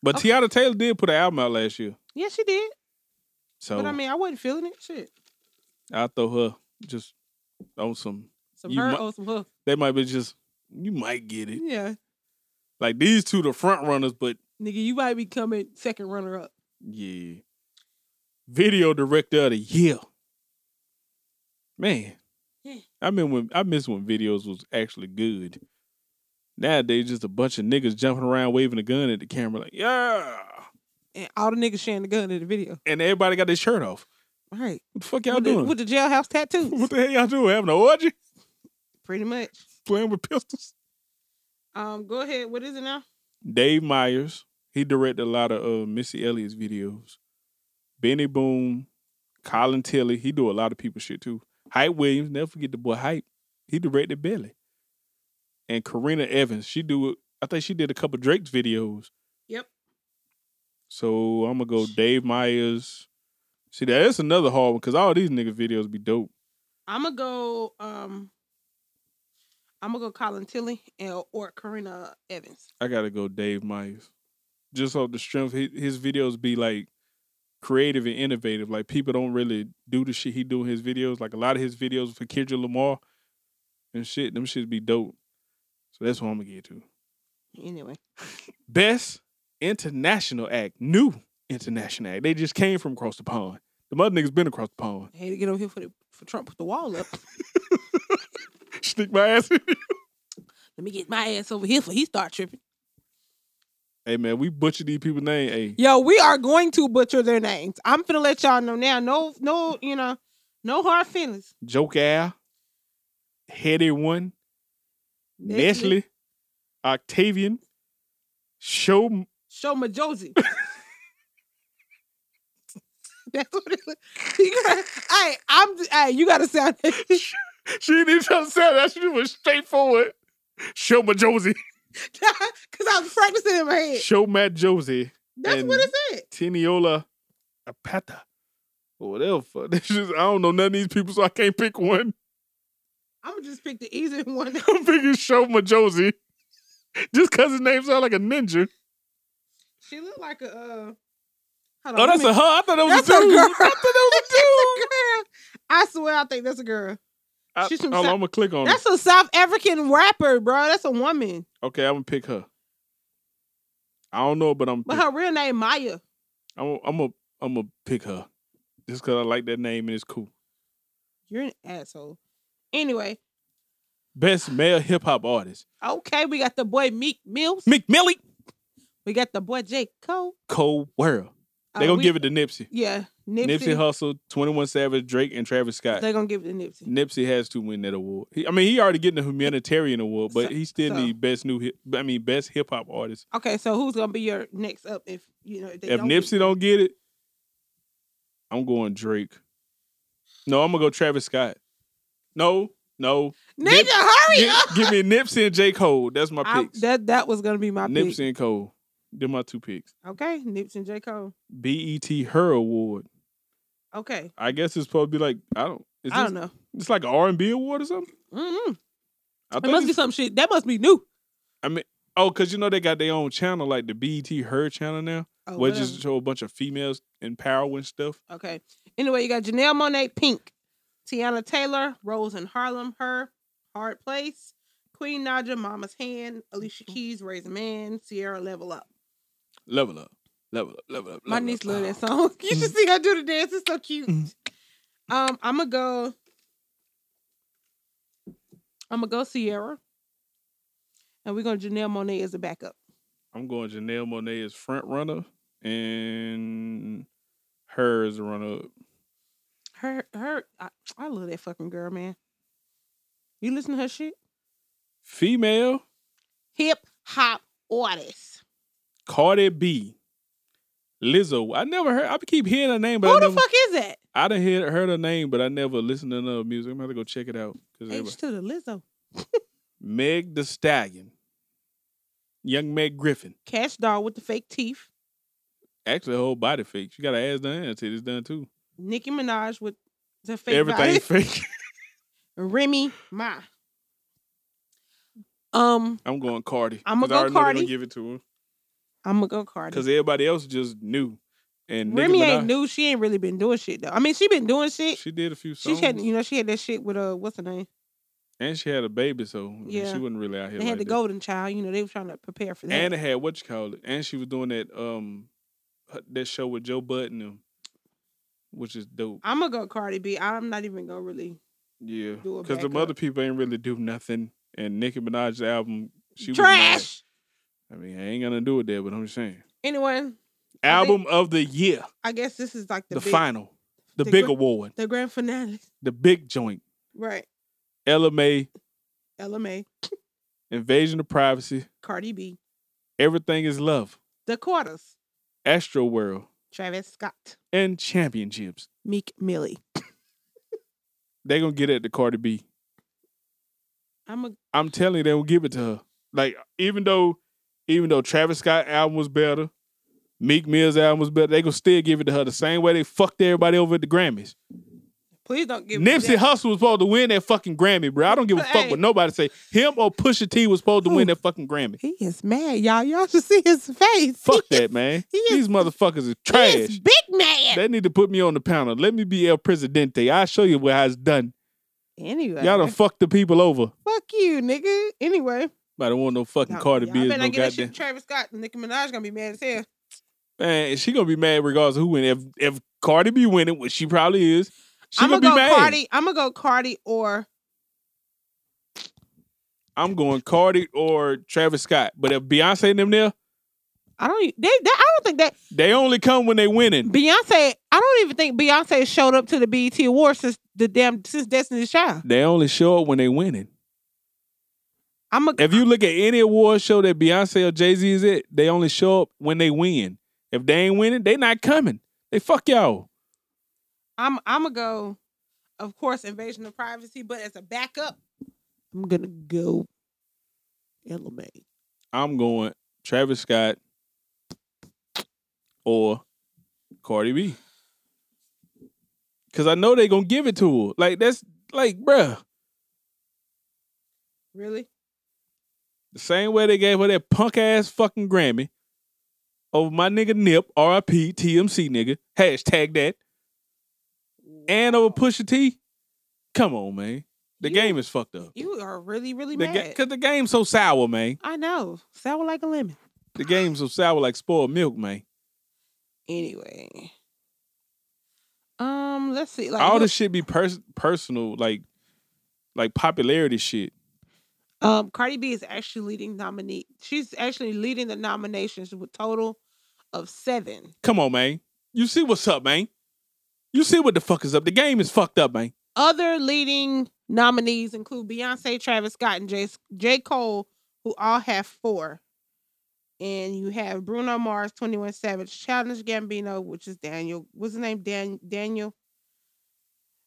S2: But
S3: Okay.
S2: Tiana Taylor did put an album out last year,
S3: Yeah, she did.
S2: so
S3: But I
S2: I
S3: mean, I wasn't feeling it. Shit.
S2: will throw her just on some.
S3: Some
S2: You
S3: her
S2: mu-
S3: or some her.
S2: They might be just you might get it.
S3: Yeah.
S2: Like these two, the front runners, but
S3: Nigga, you might be coming second runner up.
S2: yeah. Video director of the year. Man,
S3: Yeah.
S2: I mean when I miss when videos was actually good. Nowadays, just a bunch of niggas jumping around waving a gun at the camera, like yeah,
S3: And all the niggas sharing the gun in the video.
S2: and everybody got their shirt off.
S3: All right.
S2: What the fuck y'all
S3: with,
S2: doing?
S3: The, with the jailhouse tattoos.
S2: what the hell y'all doing? Having an orgy?
S3: Pretty much.
S2: Playing with pistols?
S3: Um, go ahead. What is it now?
S2: Dave Myers. He directed a lot of uh, Missy Elliott's videos. Benny Boone, Colin Tilley. He do a lot of people shit too. Hype Williams. Never forget the boy Hype. He directed Belly. And Karina Evans. She do. I think she did a couple Drake's videos.
S3: Yep.
S2: So I'm gonna go Dave Myers. See, that's another hard one because all these niggas videos be dope.
S3: I'ma go um I'ma go Colin Tilly and or Karina Evans.
S2: I gotta go Dave Myers. Just off the strength, his, his videos be like creative and innovative. Like people don't really do the shit he do in his videos. Like a lot of his videos for Kendrick Lamar and shit, them shits be dope. So that's what I'm gonna get to.
S3: Anyway.
S2: Best international act, new international act. They just came from across the pond. The mother niggas been across the pond.
S3: I had to get over here for the for Trump put the wall up.
S2: Stick my ass in.
S3: Let me get my ass over here for he start tripping.
S2: Hey man, we butcher these people's name. Hey,
S3: Yo, we are going to butcher their names. I'm finna let y'all know now. No, no, you know, no hard feelings.
S2: Joke Al, Heady One, Nestle,
S3: Nestle.
S2: Octavian, Show
S3: Show my Josie. That's what it is. You gotta, hey, I'm. Hey, you gotta sound.
S2: She didn't even try to sound that. She was straightforward. Show my Josie.
S3: Cause I was practicing in my head.
S2: Show Matt Josie.
S3: That's
S2: And-
S3: what it said.
S2: Teniola Apata. Or whatever. fuck. This is- I don't know none of these people, so I can't pick one.
S3: I'm gonna just pick the easy one.
S2: I'm picking Show my Josie. Just because his name sounds like a ninja.
S3: She looked like a. Uh, hold
S2: Oh,
S3: on, let
S2: that's
S3: me-
S2: a her. I thought that was
S3: That's
S2: a
S3: a
S2: dude.
S3: girl.
S2: I thought that
S3: That's a girl. I swear, I think that's a girl.
S2: was
S3: She's
S2: a dude.
S3: from
S2: I, oh, I'm
S3: South-
S2: going to click on her.
S3: That's a South African rapper, bro. That's a woman,
S2: Okay, I'm going to pick her. I don't know, but I'm
S3: but her real name Maya.
S2: I'm I'm a I'm a pick her just because I like that name and it's cool.
S3: You're an asshole. Anyway,
S2: Best male hip hop artist:
S3: okay, we got the boy Meek Mills.
S2: McMillie,
S3: We got the boy J Cole.
S2: Cold World.
S3: Uh,
S2: They gonna
S3: we-
S2: give it to Nipsey.
S3: Yeah, Nipsey.
S2: Nipsey, Hussle, Twenty One Savage, Drake, and Travis Scott.
S3: They gonna give it to Nipsey.
S2: Nipsey has to win that award. He, I mean, he already getting the humanitarian award, but
S3: So-
S2: he still
S3: so-
S2: need best new. Hip, I mean, best hip hop artist.
S3: Okay, so who's gonna be your next up? If you know, if, they
S2: if
S3: don't
S2: Nipsey
S3: get-
S2: don't get it, I'm going Drake. No, I'm gonna go Travis Scott. No, no.
S3: nigga,
S2: Nip-
S3: hurry
S2: Gi-
S3: up.
S2: give me Nipsey and J Cole. That's my
S3: I-
S2: picks.
S3: that that was gonna be my
S2: Nipsey
S3: pick.
S2: and Cole. They're my two picks.
S3: Okay, Nipsey and J Cole.
S2: BET Her Award.
S3: Okay,
S2: I guess it's supposed to be like I don't. Is
S3: I
S2: this,
S3: don't know.
S2: It's like an R and B award or something.
S3: Mm-hmm.
S2: I
S3: It
S2: think.
S3: must be
S2: it's-
S3: some shit. That must be new.
S2: Oh, because you know they got their own channel, like the BET Her channel now,
S3: Oh,
S2: which
S3: whatever.
S2: is show a bunch of females empowering stuff.
S3: Okay. Anyway, you got Janelle Monet, Pink, Tiana Taylor, Rose in Harlem, Her, Hard Place, Queen Naja, Mama's Hand, Alicia Keys, Raise a Man, Sierra Level Up.
S2: Level up, level up, level up.
S3: My
S2: level
S3: niece
S2: up.
S3: love Mm. that song. You should see her do the dance. It's so cute.
S2: Mm.
S3: Um, I'ma go. I'ma go Sierra. And we're gonna Janelle Monet as a backup.
S2: I'm going Janelle Monet as front runner and her as a runner up.
S3: Her her I, I love that fucking girl, man. You listen to her shit?
S2: Female
S3: Hip hop artist.
S2: Cardi B, Lizzo. I never heard. I keep hearing her name, but
S3: Who
S2: I
S3: the
S2: never,
S3: fuck is that?
S2: I done hear, heard her name, but I never listened to none of her music. I'm gonna have to go check it out. 'cause everybody-
S3: H to the Lizzo.
S2: Meg the Stallion, Young Meg Griffin.
S3: Cash doll with the fake teeth.
S2: Actually, her whole body fake. She got her ass done and titties done too.
S3: Nicki Minaj with the fake
S2: Everything
S3: body.
S2: fake.
S3: Remy Ma. Um,
S2: I'm going Cardi.
S3: I'ma
S2: 'cause
S3: go
S2: I already know they
S3: Cardi.
S2: gonna give it to her
S3: I'm gonna go Cardi.
S2: because everybody else just knew. And Nicki
S3: Remy ain't
S2: Minaj,
S3: new. She ain't really been doing shit though. I mean, she been doing shit.
S2: She did a few
S3: She
S2: songs.
S3: had, you know, she had that shit with uh, what's her name?
S2: And she had a baby, so I mean,
S3: Yeah.
S2: she wasn't really out here.
S3: They had
S2: like
S3: the
S2: that.
S3: golden child. You know, they were trying to prepare for that.
S2: And it had what you call it. And she was doing that um her- that show with Joe Button, um, which is dope.
S3: I'm gonna go Cardi B. I'm not even gonna really
S2: Yeah,
S3: Do a
S2: because the
S3: backup.
S2: other people ain't really do nothing. And Nicki Minaj's album, she Was
S3: trash.
S2: mad. I mean, I ain't gonna do it there, but I'm just saying.
S3: Anyway, I think-
S2: Album of the year,
S3: I guess this is like the
S2: the,
S3: big,
S2: final, the,
S3: the
S2: big
S3: gr-
S2: award,
S3: the grand finale,
S2: the big joint.
S3: right?
S2: Ella May,
S3: LMA,
S2: Invasion of Privacy,
S3: Cardi B,
S2: Everything Is Love,
S3: the quarters,
S2: Astro World,
S3: Travis Scott,
S2: and Championships.
S3: Meek Millie.
S2: They gonna get at the Cardi B.
S3: I'm a
S2: I'm telling you, they will give it to her. Like even though, even though Travis Scott album was better, Meek Mill's album was better, they gonna still give it to her the same way they fucked everybody over at the Grammys.
S3: please don't give me
S2: Nipsey
S3: that.
S2: Hussle was supposed to win that fucking Grammy, bro. I don't give a fuck
S3: Hey.
S2: what nobody say. Him or Pusha T was supposed to
S3: Who?
S2: win that fucking Grammy.
S3: He is mad, y'all. Y'all should see his face.
S2: Fuck that, man.
S3: he is-
S2: These motherfuckers are
S3: He
S2: trash.
S3: is big mad.
S2: They need to put me on the panel. Let me be El Presidente. I'll show you what I was done.
S3: Anyway,
S2: Y'all done fucked the people over.
S3: fuck you, nigga. Anyway,
S2: But I don't want no fucking Cardi
S3: y'all
S2: B. is
S3: better
S2: No
S3: not give that shit
S2: goddamn.
S3: to Travis Scott. Nicki Minaj gonna be mad as hell.
S2: Man, she gonna be mad regardless of who win. If if Cardi B win it, which she probably is, she
S3: I'm
S2: gonna,
S3: gonna
S2: be
S3: go
S2: mad.
S3: Cardi. I'm gonna go Cardi or
S2: I'm going Cardi or Travis Scott. But if Beyonce and them there,
S3: I don't. e- They, they, I don't think that
S2: they only come when they winning.
S3: Beyonce. I don't even think Beyonce showed up to the BET Awards since the damn since Destiny's Child.
S2: They only show up when they winning.
S3: I'm a.
S2: If you look at any award show that Beyonce or Jay Z is at, they only show up when they win. If they ain't winning, they not coming. They fuck y'all.
S3: I'm. I'm gonna go. Of course, invasion of privacy, but as a backup, I'm gonna go. Ella May.
S2: I'm going Travis Scott or Cardi B. Cause I know they gonna give it to her. Like that's like, bruh.
S3: Really?
S2: The same way they gave her that punk ass fucking Grammy over my nigga Nip, RIP, TMC nigga, hashtag that, and over Pusha T. Come on, man. The
S3: You-
S2: game is fucked up.
S3: You are really, really
S2: The
S3: mad.
S2: ga- Cause the game's so sour, man.
S3: I know. Sour like a lemon.
S2: The game's so sour like spoiled milk, man.
S3: Anyway. Um. Let's see. Like
S2: All
S3: who-
S2: this shit be pers- personal, like like popularity shit.
S3: Um, Cardi B is actually leading nominee. She's actually leading the nominations with total of seven.
S2: Come on, man. You see what's up, man. You see what the fuck is up. The game is fucked up, man.
S3: Other leading nominees include Beyonce, Travis Scott, and J. J. Cole, who all have four. And you have Bruno Mars, Twenty One Savage, Challenge Gambino, which is Daniel. What's his name? Dan Daniel.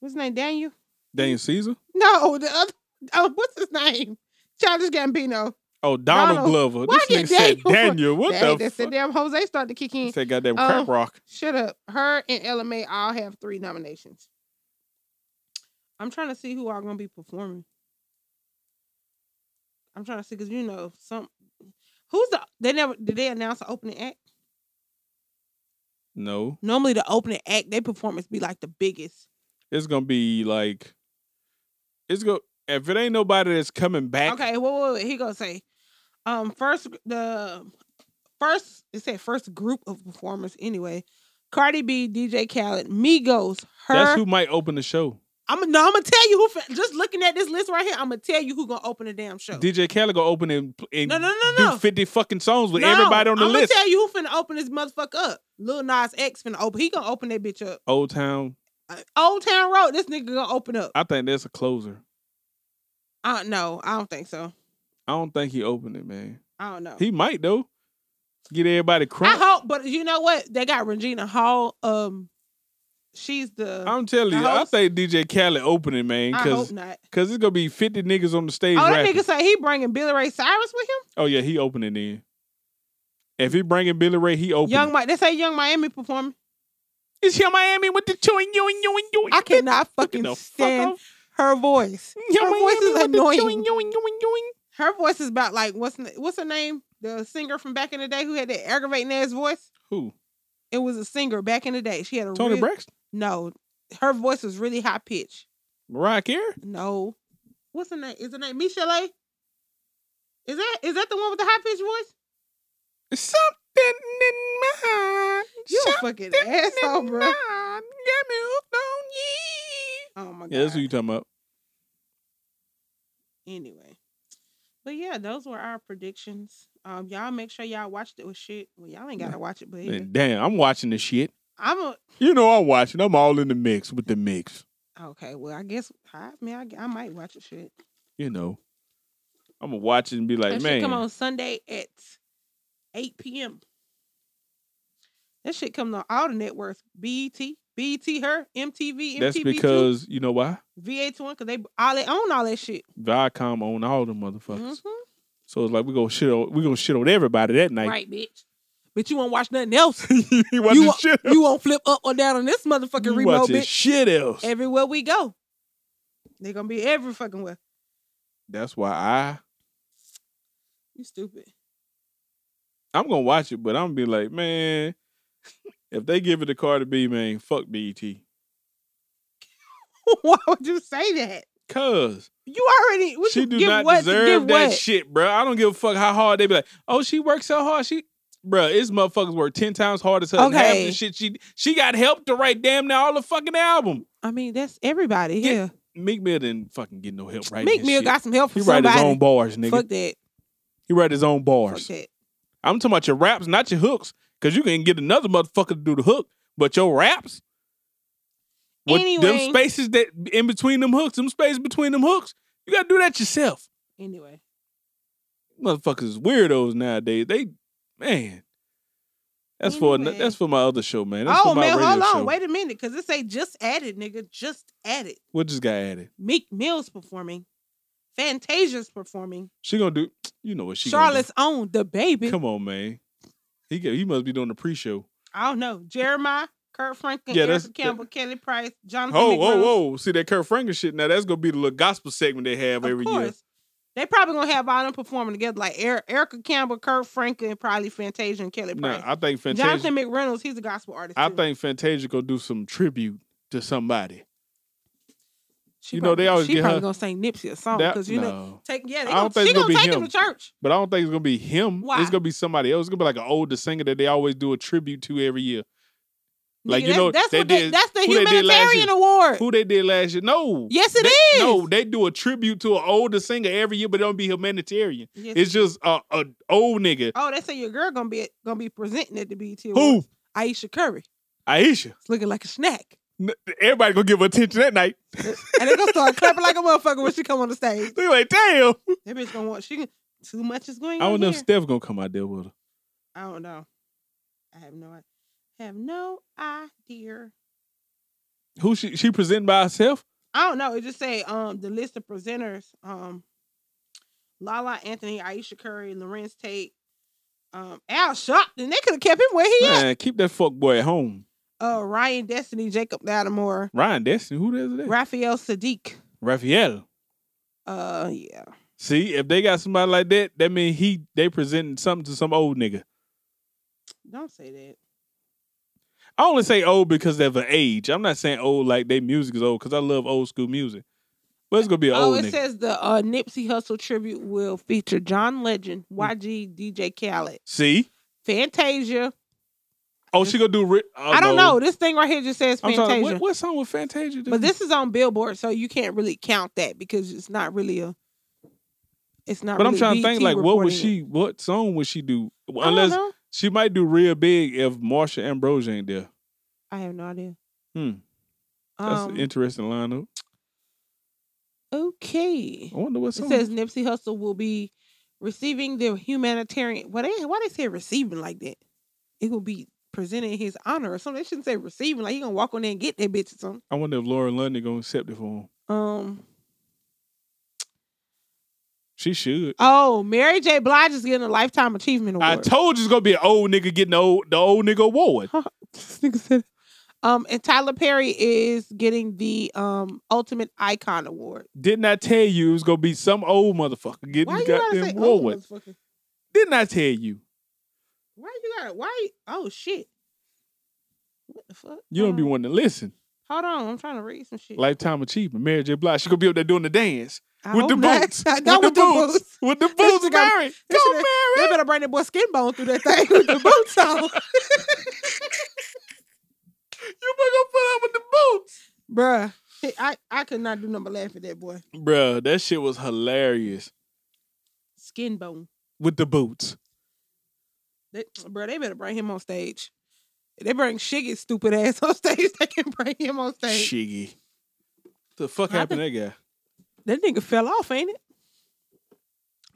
S3: What's his name? Daniel?
S2: Daniel Caesar?
S3: No, the other. Oh, what's his name? Challenge Gambino.
S2: Oh, Donald,
S3: Donald.
S2: Glover.
S3: Why
S2: this nigga
S3: did
S2: said
S3: Daniel-
S2: Daniel. What
S3: Dang,
S2: the
S3: that's
S2: fuck?
S3: the damn Jose started to kick in.
S2: Say goddamn
S3: Uh,
S2: crap rock.
S3: Shut up. Her and Ella May all have three nominations. I'm trying to see who are going to be performing. I'm trying to see because you know some. Who's the? They never did they announce the opening act.
S2: No.
S3: Normally the opening act, they performance be like the biggest.
S2: It's gonna be like it's go if it ain't nobody that's coming back.
S3: Okay, wait, wait, wait. He gonna say, um, first the first it said first group of performers anyway. Cardi B, DJ Khaled, Migos, her.
S2: That's who might open the show.
S3: I'm no, I'm gonna tell you who. fa- Just looking at this list right here, I'm gonna tell you who gonna open the damn show.
S2: DJ Khaled gonna open and, and
S3: No, no, no,
S2: do
S3: no.
S2: 50 fucking songs with
S3: No,
S2: everybody on the
S3: I'm
S2: list.
S3: gonna tell you who finna open this motherfucker up. Lil Nas X finna open. He gonna open that bitch up.
S2: Old Town.
S3: Uh, Old Town Road. This nigga gonna open up.
S2: I think that's a closer.
S3: I don't know. I don't think so.
S2: I don't think he opened it, man.
S3: I don't know.
S2: He might though. Get everybody
S3: I
S2: crying.
S3: hope, but you know what? They got Regina Hall. Um, she's the.
S2: I'm telling you,
S3: I
S2: I
S3: hope-
S2: think DJ Khaled opening, man,
S3: I hope
S2: because
S3: not.
S2: cause it's gonna be 50 niggas on the stage.
S3: Oh, that
S2: rapping.
S3: nigga say he bringing Billy Ray Cyrus with him.
S2: Oh yeah, he opening in. If he bringing Billy Ray, he opening.
S3: Young, Mi- they say Young Miami performing.
S2: It's your Miami with the chewing, you and you and you.
S3: I cannot
S2: Look at
S3: fucking
S2: the fuck
S3: stand
S2: off.
S3: her voice.
S2: Your
S3: her voice is
S2: Miami with the
S3: annoying.
S2: chewing, you and you and you and-
S3: Her voice is about like what's n- what's her name? The singer from back in the day who had that aggravating ass voice.
S2: Who?
S3: It was a singer back in the day. She had a
S2: Tony
S3: real,
S2: Braxton?
S3: No, her voice was really high pitched.
S2: Mariah Carey?
S3: No, what's her name? Is her name Michelle? Is that is that the one with the high pitched voice?
S2: Something in my heart.
S3: You a fucking asshole, bro.
S2: Got me hooked on ye.
S3: Oh my god.
S2: Yeah, that's what you talking about.
S3: anyway. But yeah, those were our predictions. Um, y'all make sure y'all watched it with shit. Well, y'all ain't gotta watch it, but yeah.
S2: And damn, I'm watching this shit.
S3: I'm a
S2: You know I'm watching. I'm all in the mix with the mix.
S3: okay. Well, I guess I mean I, I might watch it. Shit,
S2: You know, I'm gonna watch it and be like,
S3: that
S2: man,
S3: shit come on Sunday at eight p.m. That shit come on all the networks: BET, BET, E her, MTV, MTV,
S2: that's because you know why
S3: VH1, because they all they own all that shit.
S2: Viacom own all the motherfuckers.
S3: Mhm.
S2: So it's like we gonna shit on we gonna shit on everybody that night.
S3: right, bitch. But you won't watch nothing else.
S2: you watching
S3: wa-
S2: shit.
S3: you won't flip up or down on this motherfucking
S2: you
S3: remote,
S2: watching
S3: bitch.
S2: shit else.
S3: everywhere we go. They're gonna be every fucking where.
S2: That's why I
S3: You stupid.
S2: I'm gonna watch it, but I'm gonna be like, man, if they give it to Cardi B, E man, fuck BET.
S3: Why would you say that?
S2: Cause
S3: You already what
S2: she
S3: you
S2: do
S3: give
S2: not
S3: what to
S2: deserve
S3: give
S2: that
S3: what?
S2: shit, bro. I don't give a fuck how hard they be like. Oh, she worked so hard. She, bro, it's motherfuckers work ten times harder. Okay. Than half
S3: Okay.
S2: the shit she she got help to write damn near all the fucking album.
S3: I mean, that's everybody
S2: Get-
S3: here.
S2: Meek Mill didn't fucking get no help writing.
S3: Meek
S2: his
S3: Mill
S2: shit.
S3: got some help
S2: he
S3: from
S2: write
S3: somebody.
S2: his own bars, nigga.
S3: Fuck that.
S2: He write his own
S3: Fuck
S2: bars.
S3: that.
S2: I'm talking about your raps, not your hooks, because you can get another motherfucker to do the hook, but your raps. With
S3: Anyway.
S2: them spaces that in between them hooks, them spaces between them hooks, you gotta do that yourself.
S3: Anyway,
S2: motherfuckers is weirdos nowadays. They man. That's for for
S3: Anyway.
S2: that's for my other show, man. That's
S3: oh
S2: for my
S3: man,
S2: radio
S3: hold on,
S2: show.
S3: wait a minute, because this ain't just added, nigga. Just added.
S2: What just got added?
S3: Meek Mill's performing, Fantasia's performing,
S2: She gonna do you know what she gonna do.
S3: Charlotte's own the baby.
S2: Come on, man. He get- he must be doing the pre-show.
S3: I don't know. Jeremiah, Kurt Franklin,
S2: Yeah, that's-
S3: Erica Campbell, Kelly Price, Jonathan.
S2: Oh, whoa,
S3: McReynolds.
S2: whoa. See that Kurt Franklin shit. Now that's gonna be the little gospel segment they have every year.
S3: They probably gonna have all them performing together, like Er- Erica Campbell, Kurt Franklin, probably Fantasia and Kelly
S2: Nah,
S3: Price.
S2: I think Fantasia
S3: Jonathan McReynolds, he's a gospel artist.
S2: I
S3: too.
S2: think Fantasia gonna do some tribute to somebody.
S3: She
S2: you know, they
S3: probably-
S2: always
S3: she
S2: get
S3: probably
S2: her-
S3: gonna sing Nipsey a song
S2: That-
S3: because Oh, you know
S2: no.
S3: take yeah they
S2: I
S3: gonna,
S2: don't think
S3: she
S2: it's gonna
S3: gonna,
S2: be
S3: take
S2: him.
S3: him to church.
S2: But I don't think it's gonna be him.
S3: Why?
S2: It's gonna be somebody else. It's gonna be like an older singer that they always do a tribute to every year. Like, you
S3: Nigga, that's,
S2: know,
S3: that's
S2: they
S3: what they,
S2: did-
S3: that's the
S2: who they did last
S3: humanitarian
S2: year.
S3: award.
S2: who they did last year. No.
S3: Yes, it
S2: they,
S3: is.
S2: No, they do a tribute to an older singer every year, but it don't be humanitarian.
S3: Yes.
S2: It's just a, a old nigga.
S3: oh, they say your girl gonna be gonna be presenting at the BET.
S2: Who?
S3: Awards. Aisha Curry.
S2: Aisha.
S3: It's looking like a snack,
S2: N- Everybody gonna give her attention that night.
S3: and they gonna start clapping like a motherfucker when she come on the stage.
S2: They like, damn.
S3: That bitch gonna want she gonna- too much is going.
S2: I
S3: on
S2: don't know
S3: here.
S2: if Steph gonna come out there with her.
S3: I don't know. I have no idea. Have no idea.
S2: Who she she presenting by herself?
S3: I don't know. It just say um the list of presenters um Lala Anthony, Aisha Curry, Lorenz Tate, um Al Sharpton. They could have kept him where he
S2: Man, keep that fuck boy at home.
S3: at. Uh, Ryan Destiny, Jacob Lattimore,
S2: Ryan Destiny, who does that?
S3: Raphael Sadiq.
S2: Raphael.
S3: Uh, yeah.
S2: See, if they got somebody like that, that means he they presenting something to some old nigga.
S3: Don't say that.
S2: I only say old because of the age. I'm not saying old like they music is old because I love old school music. But it's gonna be an
S3: Oh,
S2: old
S3: it
S2: nigga.
S3: says the uh, Nipsey Hustle tribute will feature John Legend,
S2: Hmm.
S3: YG, DJ Khaled,
S2: See,
S3: Fantasia.
S2: oh, she gonna do. Ri- oh,
S3: I don't
S2: no.
S3: know. This thing right here just says
S2: I'm
S3: Fantasia.
S2: sorry. What, what song with Fantasia? do?
S3: But this is on Billboard, so you can't really count that because it's not really a. It's not.
S2: But I'm
S3: really
S2: trying to think
S3: BET
S2: like what would
S3: reporting it.
S2: she? What song would she do?
S3: I don't
S2: Unless
S3: know.
S2: she might do real big if Marsha Ambrosia ain't there.
S3: I have no idea.
S2: Hmm. That's
S3: Um,
S2: an interesting lineup.
S3: okay.
S2: I wonder what
S3: It
S2: song.
S3: says Nipsey Hussle will be receiving the humanitarian. What they why they say receiving like that? It will be presented in his honor or something. They shouldn't say receiving. Like he gonna walk on there and get that bitch or something.
S2: I wonder if Laura London gonna accept it for him.
S3: Um.
S2: She should.
S3: Oh, Mary J. Blige is getting a lifetime achievement award.
S2: I told you it's gonna be an old nigga getting the old the old nigga award.
S3: This nigga said- Um, and Tyler Perry is getting the um Ultimate Icon Award.
S2: Didn't I tell you it was gonna be some old motherfucker getting
S3: Why
S2: the
S3: you gotta say
S2: goddamn
S3: oh,
S2: award?
S3: motherfucker?
S2: Didn't I tell you?
S3: Why you gotta? Why? You, oh shit! What the fuck?
S2: You don't be
S3: Hold
S2: wanting to listen.
S3: on. Hold on, I'm trying to read some shit.
S2: Lifetime achievement. Mary J. Blige. She gonna be up there doing the dance.
S3: I
S2: with the
S3: hope not.
S2: boots.
S3: Not, with, the boots.
S2: With the
S3: This
S2: boots,
S3: nigga got-
S2: Mary.
S3: They
S2: Go,
S3: shoulda- They
S2: Mary.
S3: better bring that boy skin bone through that thing with the boots on.
S2: You better put up with the boots.
S3: Bruh. Hey, I, I could not do nothing but laugh at that boy.
S2: Bruh, that shit was hilarious.
S3: Skin bone.
S2: With the boots.
S3: They, bruh, they better bring him on stage. If They bring Shiggy's stupid ass on stage. They can bring him on stage.
S2: Shiggy. The fuck
S3: I
S2: happened to that guy?
S3: That nigga fell off, ain't it?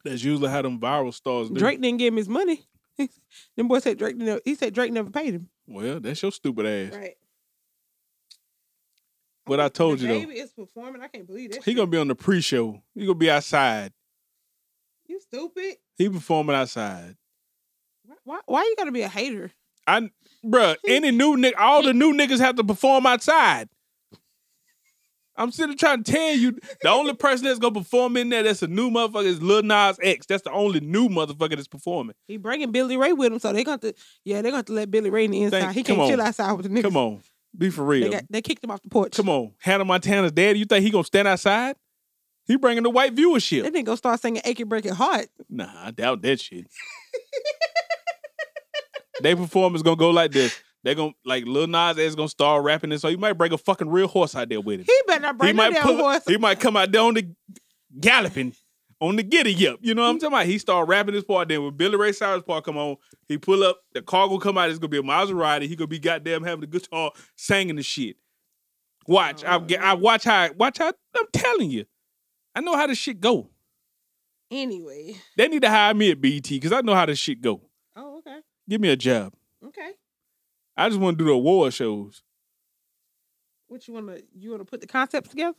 S2: That's usually how them viral stars do.
S3: Drake didn't give him his money. Them boy said Drake never, he said Drake never paid him.
S2: Well, that's your stupid ass.
S3: Right.
S2: What I told you though,
S3: baby is performing. I can't believe that.
S2: he gonna be on the pre-show. He gonna be outside.
S3: You stupid.
S2: He performing outside.
S3: Why, why you gotta be a hater?
S2: I, bruh, any new nigga, all the new niggas have to perform outside. I'm sitting trying to tell you, the only person that's gonna perform in there that's a new motherfucker is Lil Nas X. That's the only new motherfucker that's performing.
S3: He bringing Billy Ray with him, so they got to yeah they got to let Billy Ray in the inside.
S2: Thank-
S3: he
S2: come
S3: can't chill
S2: on.
S3: outside with the niggas.
S2: Come on, be for
S3: they,
S2: real.
S3: got, they kicked him off the porch.
S2: Come on, Hannah Montana's daddy. You think he gonna stand outside? He bringing the white viewership.
S3: That nigga gonna start singing "Ache It Break It Heart."
S2: Nah, I doubt that shit. they performance gonna go like this. They gonna like Lil Nas X gonna start rapping and so you might break a fucking real horse out there with him.
S3: He better not bring no
S2: might
S3: damn
S2: pull-
S3: horse.
S2: he might come out there on the galloping on the giddy up. You know what I'm talking about? He start rapping this part. Then when Billy Ray Cyrus part come on, he pull up. The car gonna come out. It's gonna be a Maserati. He gonna be goddamn having the guitar singing the shit. Watch, I,
S3: Oh,
S2: I watch how watch how I'm telling you. I know how this shit go.
S3: Anyway,
S2: They need to hire me at BT because I know how this shit go.
S3: oh okay,
S2: Give me a job.
S3: okay.
S2: I just want to do the award shows
S3: What you wanna you wanna put the concepts together?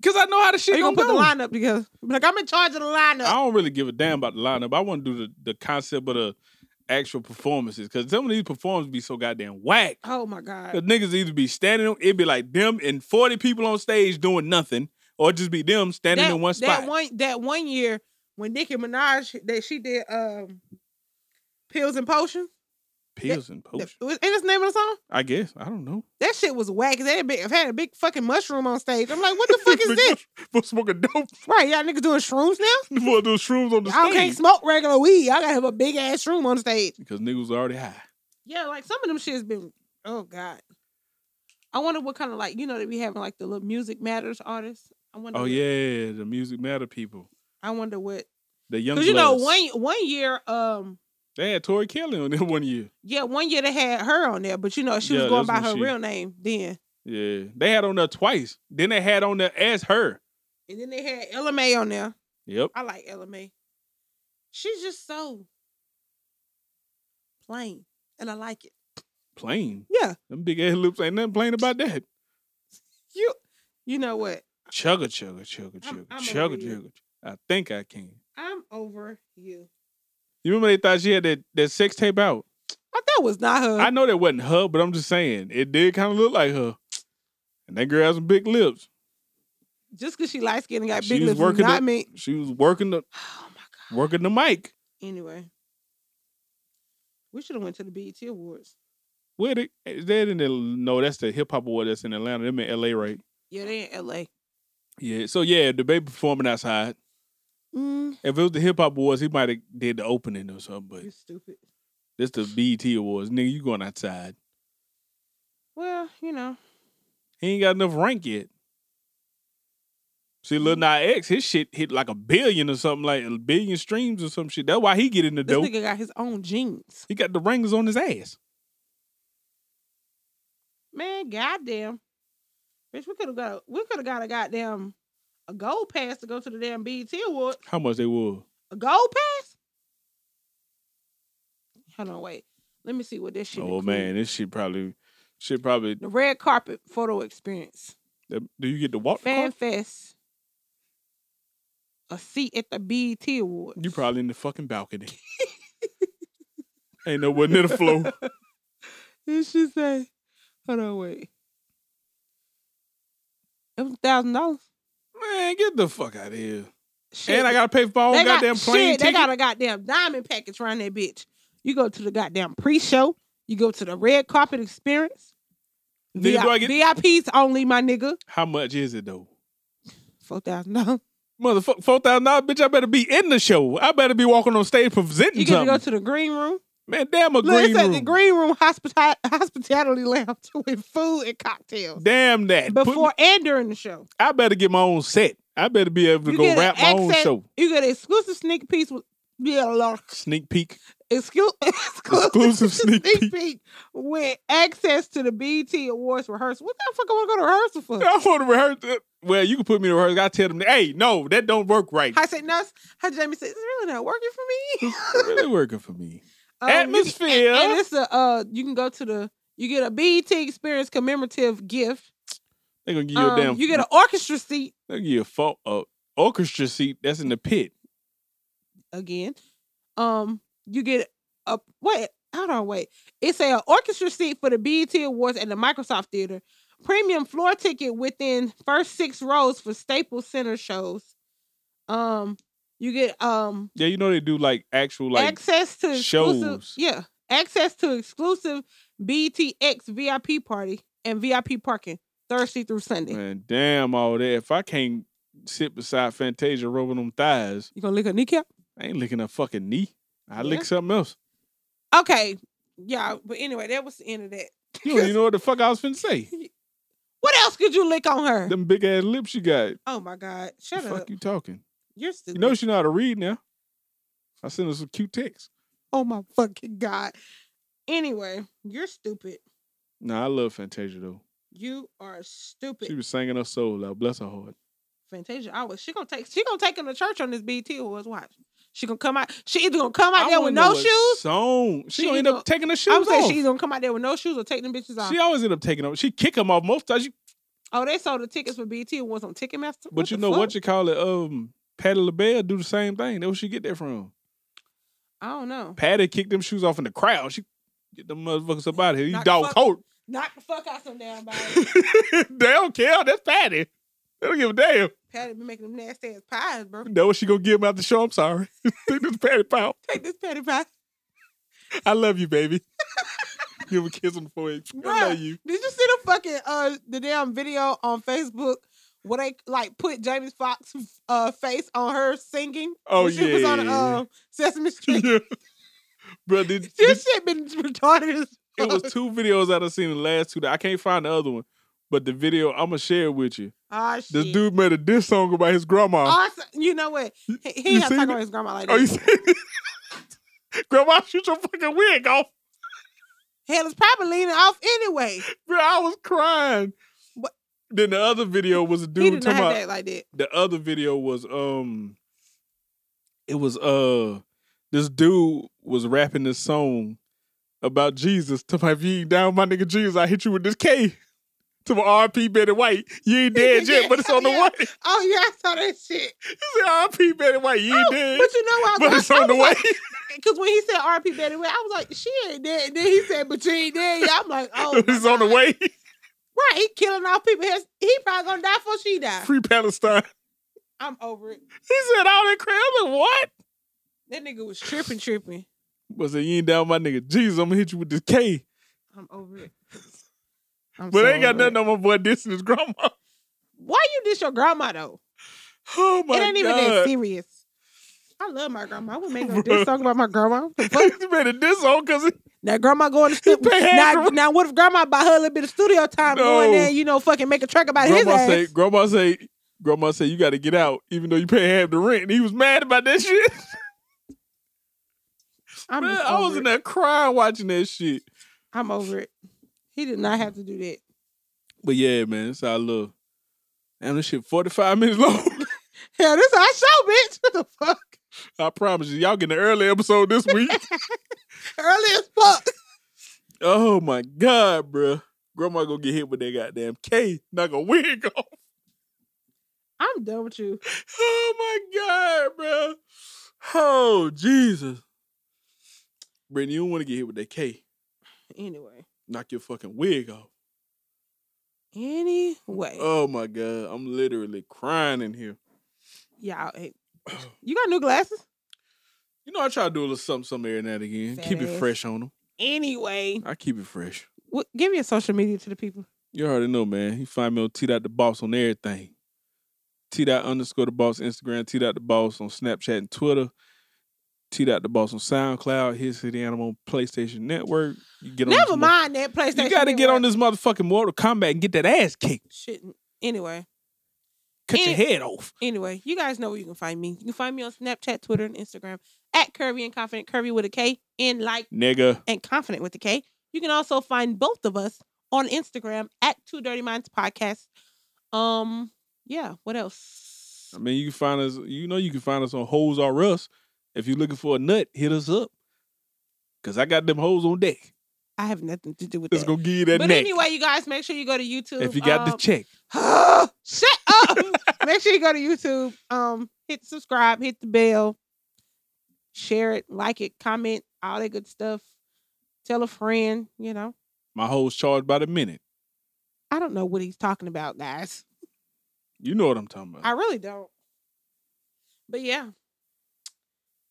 S2: because I know how the shit
S3: Or you
S2: gonna
S3: gonna put
S2: go.
S3: the lineup together? Be Like I'm in charge of the lineup.
S2: I don't really give a damn about the lineup. I want to do the, the concept of the actual performances because some of these performances be so goddamn whack.
S3: oh my
S2: The
S3: god,
S2: niggas either be standing, it'd be like them and 40 people on stage doing nothing, or just be them standing
S3: that,
S2: in one spot.
S3: that one that one year when Nicki Minaj that she did um pills and potions.
S2: Pills and potion.
S3: That, was- ain't this the name of the song?
S2: I guess. I don't know.
S3: That shit was whack. They had a big, had a big fucking mushroom on stage. I'm like, what the fuck is this?
S2: For smoking dope.
S3: Right, y'all niggas doing shrooms now?
S2: For those shrooms on the
S3: Y'all can't
S2: stage.
S3: smoke regular weed. Y'all gotta have a big ass shroom on stage.
S2: Because niggas already high.
S3: Yeah, like some of them shit's been. Oh god. I wonder what kind of like you know that we having like the little music matters artists. I wonder.
S2: Oh,
S3: what-
S2: yeah. The Music Matter people.
S3: I wonder what
S2: The young
S3: because you know
S2: Bloods.
S3: one one year um
S2: They had Tori Kelly on there one year.
S3: yeah one year they had her on there but you know she
S2: Yeah,
S3: was going by
S2: that's
S3: her
S2: when she-
S3: real name then
S2: Yeah. They had on there twice. Then they had on there as her.
S3: and then they had Ella May on there.
S2: Yep.
S3: I like Ella May. She's just so plain, and I like it.
S2: Plain.
S3: Yeah,
S2: Them big ass lips ain't nothing plain about that.
S3: you. You know what?
S2: Chugga chugga chugga chugga
S3: I'm- I'm
S2: chugga
S3: over you.
S2: chugga. I think I can.
S3: I'm over you.
S2: You remember they thought she had that, that sex tape out?
S3: I that was not her.
S2: I know that wasn't her, but I'm just saying it did kind of look like her. And that girl has some big lips.
S3: just because she light skinned and got
S2: She
S3: big
S2: was
S3: lips, does
S2: working
S3: not
S2: the-
S3: mean.
S2: She was working the
S3: Oh my god.
S2: working the mic
S3: Anyway, we should have went to the BET Awards.
S2: with it. Is that in the no? That's the hip hop award that's in Atlanta. Them in L.A. right?
S3: Yeah, they in LA.
S2: Yeah. So yeah, the baby performing outside.
S3: Mm,
S2: If it was the hip hop awards, he might have did the opening or something. But
S3: you stupid.
S2: This the BET Awards. Nigga, you going outside.
S3: Well, you know,
S2: He ain't got enough rank yet. See,
S3: Mm.
S2: Lil Nas X, his shit hit like a billion or something, like a billion streams or some shit. That's why he get in the
S3: this
S2: dope.
S3: nigga got his own jeans.
S2: He got the wranglers on his ass.
S3: Man, goddamn, bitch, we could have got a, we could have got a goddamn a gold pass to go to the damn BET Awards.
S2: How much they were?
S3: A gold pass? Hold on, wait. Let me see what this shit.
S2: Oh
S3: include.
S2: man, this shit probably, shit probably.
S3: the red carpet photo experience,
S2: Do you get to walk? the
S3: fan
S2: car?
S3: fest, a seat at the BET Awards.
S2: You probably in the fucking balcony. ain't nowhere near the floor.
S3: It should say, hold on, wait. It was thousand dollars.
S2: Man, get the fuck out of here.
S3: Shit,
S2: And I gotta pay for my own
S3: they got-
S2: goddamn plane
S3: shit,
S2: ticket.
S3: They got a goddamn diamond package around that bitch. You go to the goddamn pre-show. You go to the red carpet experience.
S2: Nigga, do I get-
S3: VIPs only, my nigga.
S2: How much is it though?
S3: Four thousand dollars.
S2: Motherfucker, four thousand dollars, bitch. I better be in the show. I better be walking on stage presenting
S3: You get to
S2: something.
S3: go to the green room.
S2: Man, damn a
S3: Look,
S2: green
S3: it's at the
S2: room.
S3: green room hospita- hospitality lounge with food and cocktails
S2: Damn that. Put me-
S3: before and during the show.
S2: I better get my own set. I better be able to
S3: You
S2: go
S3: get
S2: rap
S3: an
S2: my own
S3: accent-
S2: show.
S3: You get an exclusive sneak peek with yeah, look,
S2: Sneak peek.
S3: exclu- exclusive,
S2: Exclusive sneak peek.
S3: with access to the BT Awards rehearsal. What the fuck I want to go to rehearsal for?
S2: I want to rehearse. it. Well, you can put me to rehearsal. I tell them, hey, no, that don't work right.
S3: I said, no, it's- how Jamie said, it's really not working for me.
S2: It's really working for me.
S3: Um, you can-
S2: Atmosphere.
S3: and, and it's a, uh, you can go to the, you get a BT Experience commemorative gift.
S2: They gonna give you
S3: Um,
S2: a damn.
S3: you get an orchestra seat
S2: They gonna give you a, fo- a orchestra seat that's in the pit.
S3: again. Um, you get a wait. Hold on, wait. It's a orchestra seat for the BET Awards at the Microsoft Theater. Premium floor ticket within first six rows for Staples Center shows. Um, you get um
S2: Yeah, you know they do like actual like
S3: access to exclusive,
S2: shows.
S3: yeah, access to exclusive E BTX VIP party and VIP parking Thursday through Sunday.
S2: man, damn all that. If I can't sit beside Fantasia rubbing them thighs,
S3: You gonna lick a kneecap?
S2: I ain't licking her fucking knee. I
S3: Yeah.
S2: lick something else.
S3: Okay, yeah. But anyway, that was the end of that.
S2: You don't even know what the fuck I was finna say.
S3: What else could you lick on her?
S2: Them big ass lips you got.
S3: Oh my God!
S2: The
S3: Shut
S2: fuck
S3: up!
S2: you talking?
S3: You, are stupid.
S2: You know she know how to read now. I sent her some cute texts.
S3: oh my fucking God! Anyway, you're stupid.
S2: Nah, I love Fantasia though.
S3: You are stupid,
S2: She was singing her soul out. Bless her heart.
S3: Fantasia. I was. She gonna take. She gonna take him to church on this BT Awards. Watch. She gonna come out. She either gonna come out there with
S2: wanna know
S3: no
S2: what
S3: shoes.
S2: Song. She,
S3: She
S2: gonna end
S3: gonna-
S2: up taking her shoes
S3: I'm saying
S2: off.
S3: she either gonna come out there with no shoes or take them bitches off.
S2: She always end up taking them. She kick them off most times. She-
S3: oh, they sold the tickets for BT Awards on Ticketmaster.
S2: but you know what you call it? Um, Patty LaBelle do the same thing. That's where she get that from.
S3: I don't know.
S2: Patty kicked them shoes off in the crowd. She get them motherfuckers up out of here. You
S3: Knock
S2: dog
S3: the fuck-
S2: coat.
S3: Knock the fuck out some damn body.
S2: they don't care. That's Patty. They don't give a damn.
S3: Patty be making them nasty ass pies, bro.
S2: Know what she gonna give 'em out the show? I'm sorry. Take this Patty pie.
S3: Take this patty pie.
S2: I love you, baby. Give him a kiss on the forehead. I
S3: Bruh,
S2: love you.
S3: Did you see the fucking uh the damn video on Facebook where they like put James Fox uh face on her singing?
S2: Oh,
S3: when she was on
S2: yeah.
S3: uh, Sesame Street.
S2: yeah. Bro, did, did-
S3: this shit been retarded. As
S2: it was two videos that I seen the last two. that- I can't find the other one, but the video I'm gonna share it with you.
S3: Ah shit. Oh,
S2: This dude made a diss song about his grandma.
S3: Also, you know what? He, he
S2: you
S3: ain't
S2: seen
S3: talking
S2: it?
S3: about his grandma like
S2: oh, you
S3: that.
S2: see? grandma, shoot your fucking wig off.
S3: Hell, it's probably leaning off anyway.
S2: Bro, I was crying.
S3: What?
S2: Then the other video was a
S3: he
S2: dude
S3: did not
S2: talking
S3: have
S2: about.
S3: that like that.
S2: the other video was um it was uh this dude was rapping this song about Jesus to my if you ain't down my nigga Jesus, I hit you with this K to my RP Betty White. You ain't dead yet, but it's on the
S3: Yeah.
S2: way. He
S3: Oh yeah, I saw that shit.
S2: said RP Betty White, you ain't
S3: But
S2: dead.
S3: you know Oh, what? I
S2: But
S3: was
S2: it's on the way.
S3: because when he said RP Betty, White, I was like, she ain't dead. And then he said, but you ain't dead. yet." I'm like, oh, my
S2: it's on the
S3: God.
S2: way.
S3: Right, he killing off people. His- He probably gonna die before she die.
S2: Free Palestine.
S3: I'm over it.
S2: He said all that crap. I'm like, what?
S3: That nigga was tripping, tripping.
S2: But said, you ain't down my nigga Jesus, I'm gonna hit you with this K.
S3: I'm over it. I'm
S2: But
S3: so
S2: ain't got
S3: over
S2: nothing on my boy dissing his grandma.
S3: Why you diss your grandma though?
S2: Oh my
S3: it ain't
S2: god.
S3: even that serious. I love my grandma. I would make no
S2: Bruh.
S3: diss talk about my grandma.
S2: He made a diss song because
S3: Now grandma going to
S2: You
S3: studio.
S2: pay half
S3: Now,
S2: the-
S3: now what if grandma buy her a little bit of studio time
S2: No.
S3: going there? and, You know, fucking make a track about
S2: grandma
S3: his
S2: say,
S3: ass.
S2: grandma say, grandma say, you got to get out, even though you pay half the rent. And he was mad about that shit.
S3: I'm
S2: Man,
S3: just
S2: I was
S3: over
S2: in
S3: it.
S2: there crying watching that shit.
S3: I'm over it. He did not have to do that.
S2: But yeah, man, that's how I love. Damn, this shit forty five minutes long.
S3: Hell, this our show, bitch. What the fuck?
S2: I promise you, y'all getting an early episode this week.
S3: Early as fuck.
S2: oh my god, bruh. Grandma gonna get hit with that goddamn K, knock a wig off.
S3: I'm done with you.
S2: Oh my god, bruh. Oh Jesus, Brittany, you don't want to get hit with that K,
S3: Anyway.
S2: knock your fucking wig off.
S3: Anyway.
S2: Oh my god, I'm literally crying in here.
S3: Y'all, hey, you got new glasses?
S2: You know I try to do a little something, something every now and again.
S3: Fat
S2: keep it
S3: ass.
S2: fresh on them.
S3: Anyway.
S2: I keep it fresh.
S3: What, give me a social media to the people.
S2: You already know, man. You find me on T dot the boss on everything. T dot underscore the boss Instagram, T dot the boss on Snapchat and Twitter, T dot the boss on SoundCloud, His City Animal on PlayStation Network. You get on this
S3: Never
S2: mo-
S3: mind that PlayStation.
S2: You got to get on
S3: Network.
S2: this motherfucking Mortal Kombat and get that ass kicked.
S3: shit. Anyway,
S2: Cut
S3: Any-
S2: your head off.
S3: anyway, you guys know where you can find me. You can find me on Snapchat, Twitter, and Instagram at Curvy and Confident, Curvy with a K, and like
S2: Nigga.
S3: and Confident with a K. You can also find both of us on Instagram at Two Dirty Minds Podcast. Um, yeah. What else?
S2: I mean, you can find us, you know, you can find us on Hoes R Us. If you're looking for a nut, hit us up. Cause I got them hoes on deck.
S3: I have nothing to do with
S2: It's
S3: that.
S2: gonna give you that
S3: But
S2: neck.
S3: anyway, you guys, make sure you go to YouTube.
S2: if you got the
S3: um,
S2: check,
S3: Shut up. Make sure you go to YouTube. Um, hit subscribe, hit the bell, share it, like it, comment, all that good stuff. Tell a friend, you know.
S2: my hoes charged by the minute.
S3: I don't know what he's talking about, guys.
S2: You know what I'm talking about.
S3: I really don't. But yeah.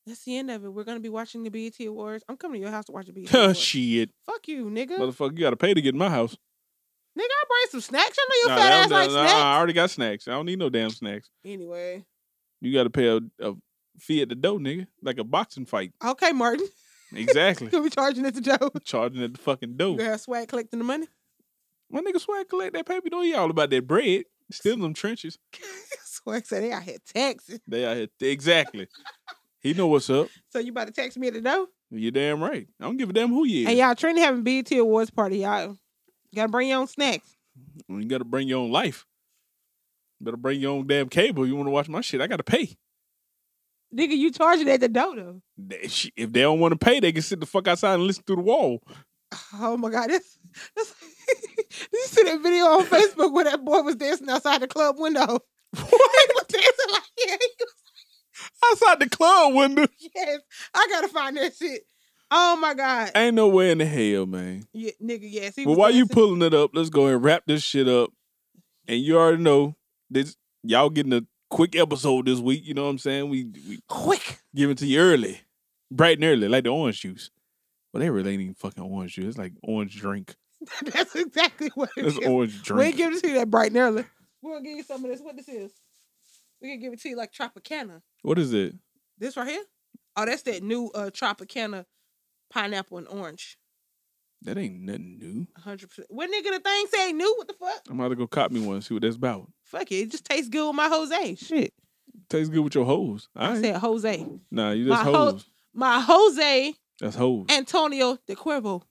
S3: That's the end of it. We're gonna be watching the BET Awards. I'm coming to your house to watch the BET Awards.
S2: Oh, Shit,
S3: Fuck you, nigga.
S2: motherfucker, you gotta pay to get in my house.
S3: Nigga, I bring some snacks. I know you
S2: Nah,
S3: fat
S2: that-
S3: ass like
S2: nah, nah,
S3: snacks.
S2: I already got snacks. I don't need no damn snacks.
S3: Anyway.
S2: You gotta pay a, a fee at the door, nigga, like a boxing fight.
S3: Okay, Martin.
S2: Exactly,
S3: Gonna be charging at the door.
S2: charging at the fucking door.
S3: You gonna have swag collecting the money.
S2: My nigga swag collect that paper. Don't you all about that bread? Still in them trenches.
S3: Swag said they out here texting.
S2: They out here exactly. he know what's up.
S3: So you about to text me at the door?
S2: You damn right. I don't give a damn who you is.
S3: And y'all Trinity having BET Awards party. Y'all gotta bring your own snacks.
S2: You gotta bring your own life. Better bring your own damn cable. You want to watch my shit? I gotta pay.
S3: Nigga, you charging at the door though.
S2: They- sh- If they don't want to pay, they can sit the fuck outside and listen through the wall.
S3: Oh my god, that's, that's Did you see that video on Facebook where that boy was dancing outside the club window? What? he was dancing like yeah, he was-
S2: Outside the club window.
S3: yes. I gotta find that shit. Oh my god,
S2: Ain't no way in the hell, man.
S3: yeah, nigga, yes. He
S2: But
S3: was
S2: while you
S3: dancing.
S2: pulling it up, let's go ahead and wrap this shit up. And you already know this. Y'all getting a quick episode this week. You know what I'm saying? We we
S3: quick,
S2: give it to you early, bright and early, like the orange juice. But they really ain't even fucking orange juice. It's like orange drink.
S3: that's exactly what it
S2: It's
S3: is.
S2: orange
S3: We
S2: drink.
S3: ain't giving it to you that bright and early. We're gonna give you some of this. What this is? We can give it to you like Tropicana.
S2: what is it?
S3: This right here? Oh, that's that new uh Tropicana pineapple and orange.
S2: That ain't nothing new.
S3: hundred percent. What nigga the thing say new? What the fuck?
S2: I'm about to go cop me one and see what that's about.
S3: Fuck it. It just tastes good with my Jose. Shit.
S2: Tastes good with your hoes. All
S3: I
S2: right.
S3: said Jose.
S2: Nah, you just
S3: my hoe-
S2: hoes.
S3: My Jose
S2: That's hoes.
S3: Antonio de Cuervo.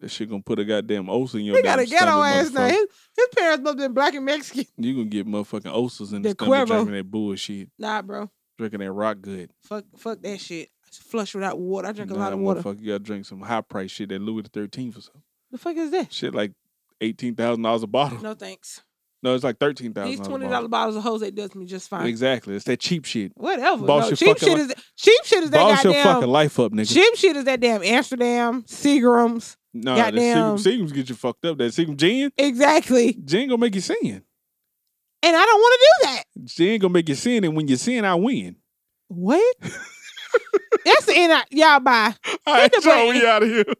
S2: That shit gonna put a goddamn ulcer in your
S3: He
S2: damn
S3: got a ghetto
S2: stomach,
S3: ass now.
S2: motherfucker.
S3: His, his parents must have been black and Mexican.
S2: You gonna get motherfucking ulcers in the,
S3: The
S2: stomach
S3: Cuervo.
S2: drinking that bullshit,
S3: Nah, bro.
S2: drinking that rock good.
S3: Fuck fuck that shit. Flush without water. I drink a
S2: Nah,
S3: lot of water.
S2: Motherfucker, you gotta drink some high price shit that Louis the Thirteenth or something.
S3: The fuck is that?
S2: Shit like eighteen thousand dollars a bottle. No.
S3: No thanks.
S2: it's like thirteen thousand.
S3: These twenty dollar bottles of Jose does me just fine.
S2: Exactly. It's that cheap shit.
S3: Whatever.
S2: Boss
S3: No,
S2: your
S3: cheap
S2: fucking
S3: shit
S2: li-
S3: is cheap shit is that
S2: Boss your fucking
S3: goddamn
S2: life up, nigga.
S3: cheap shit is that damn Amsterdam Seagrams.
S2: Nah,
S3: Goddamn.
S2: that Seagram's get you fucked up. That Seagram gin,
S3: Exactly.
S2: gin gonna make you sin.
S3: And I don't want to do that.
S2: Gin gonna make you sin, and when you sin, I win.
S3: What? That's the end. I, y'all bye.
S2: All right,
S3: the
S2: so
S3: button.
S2: we out of here.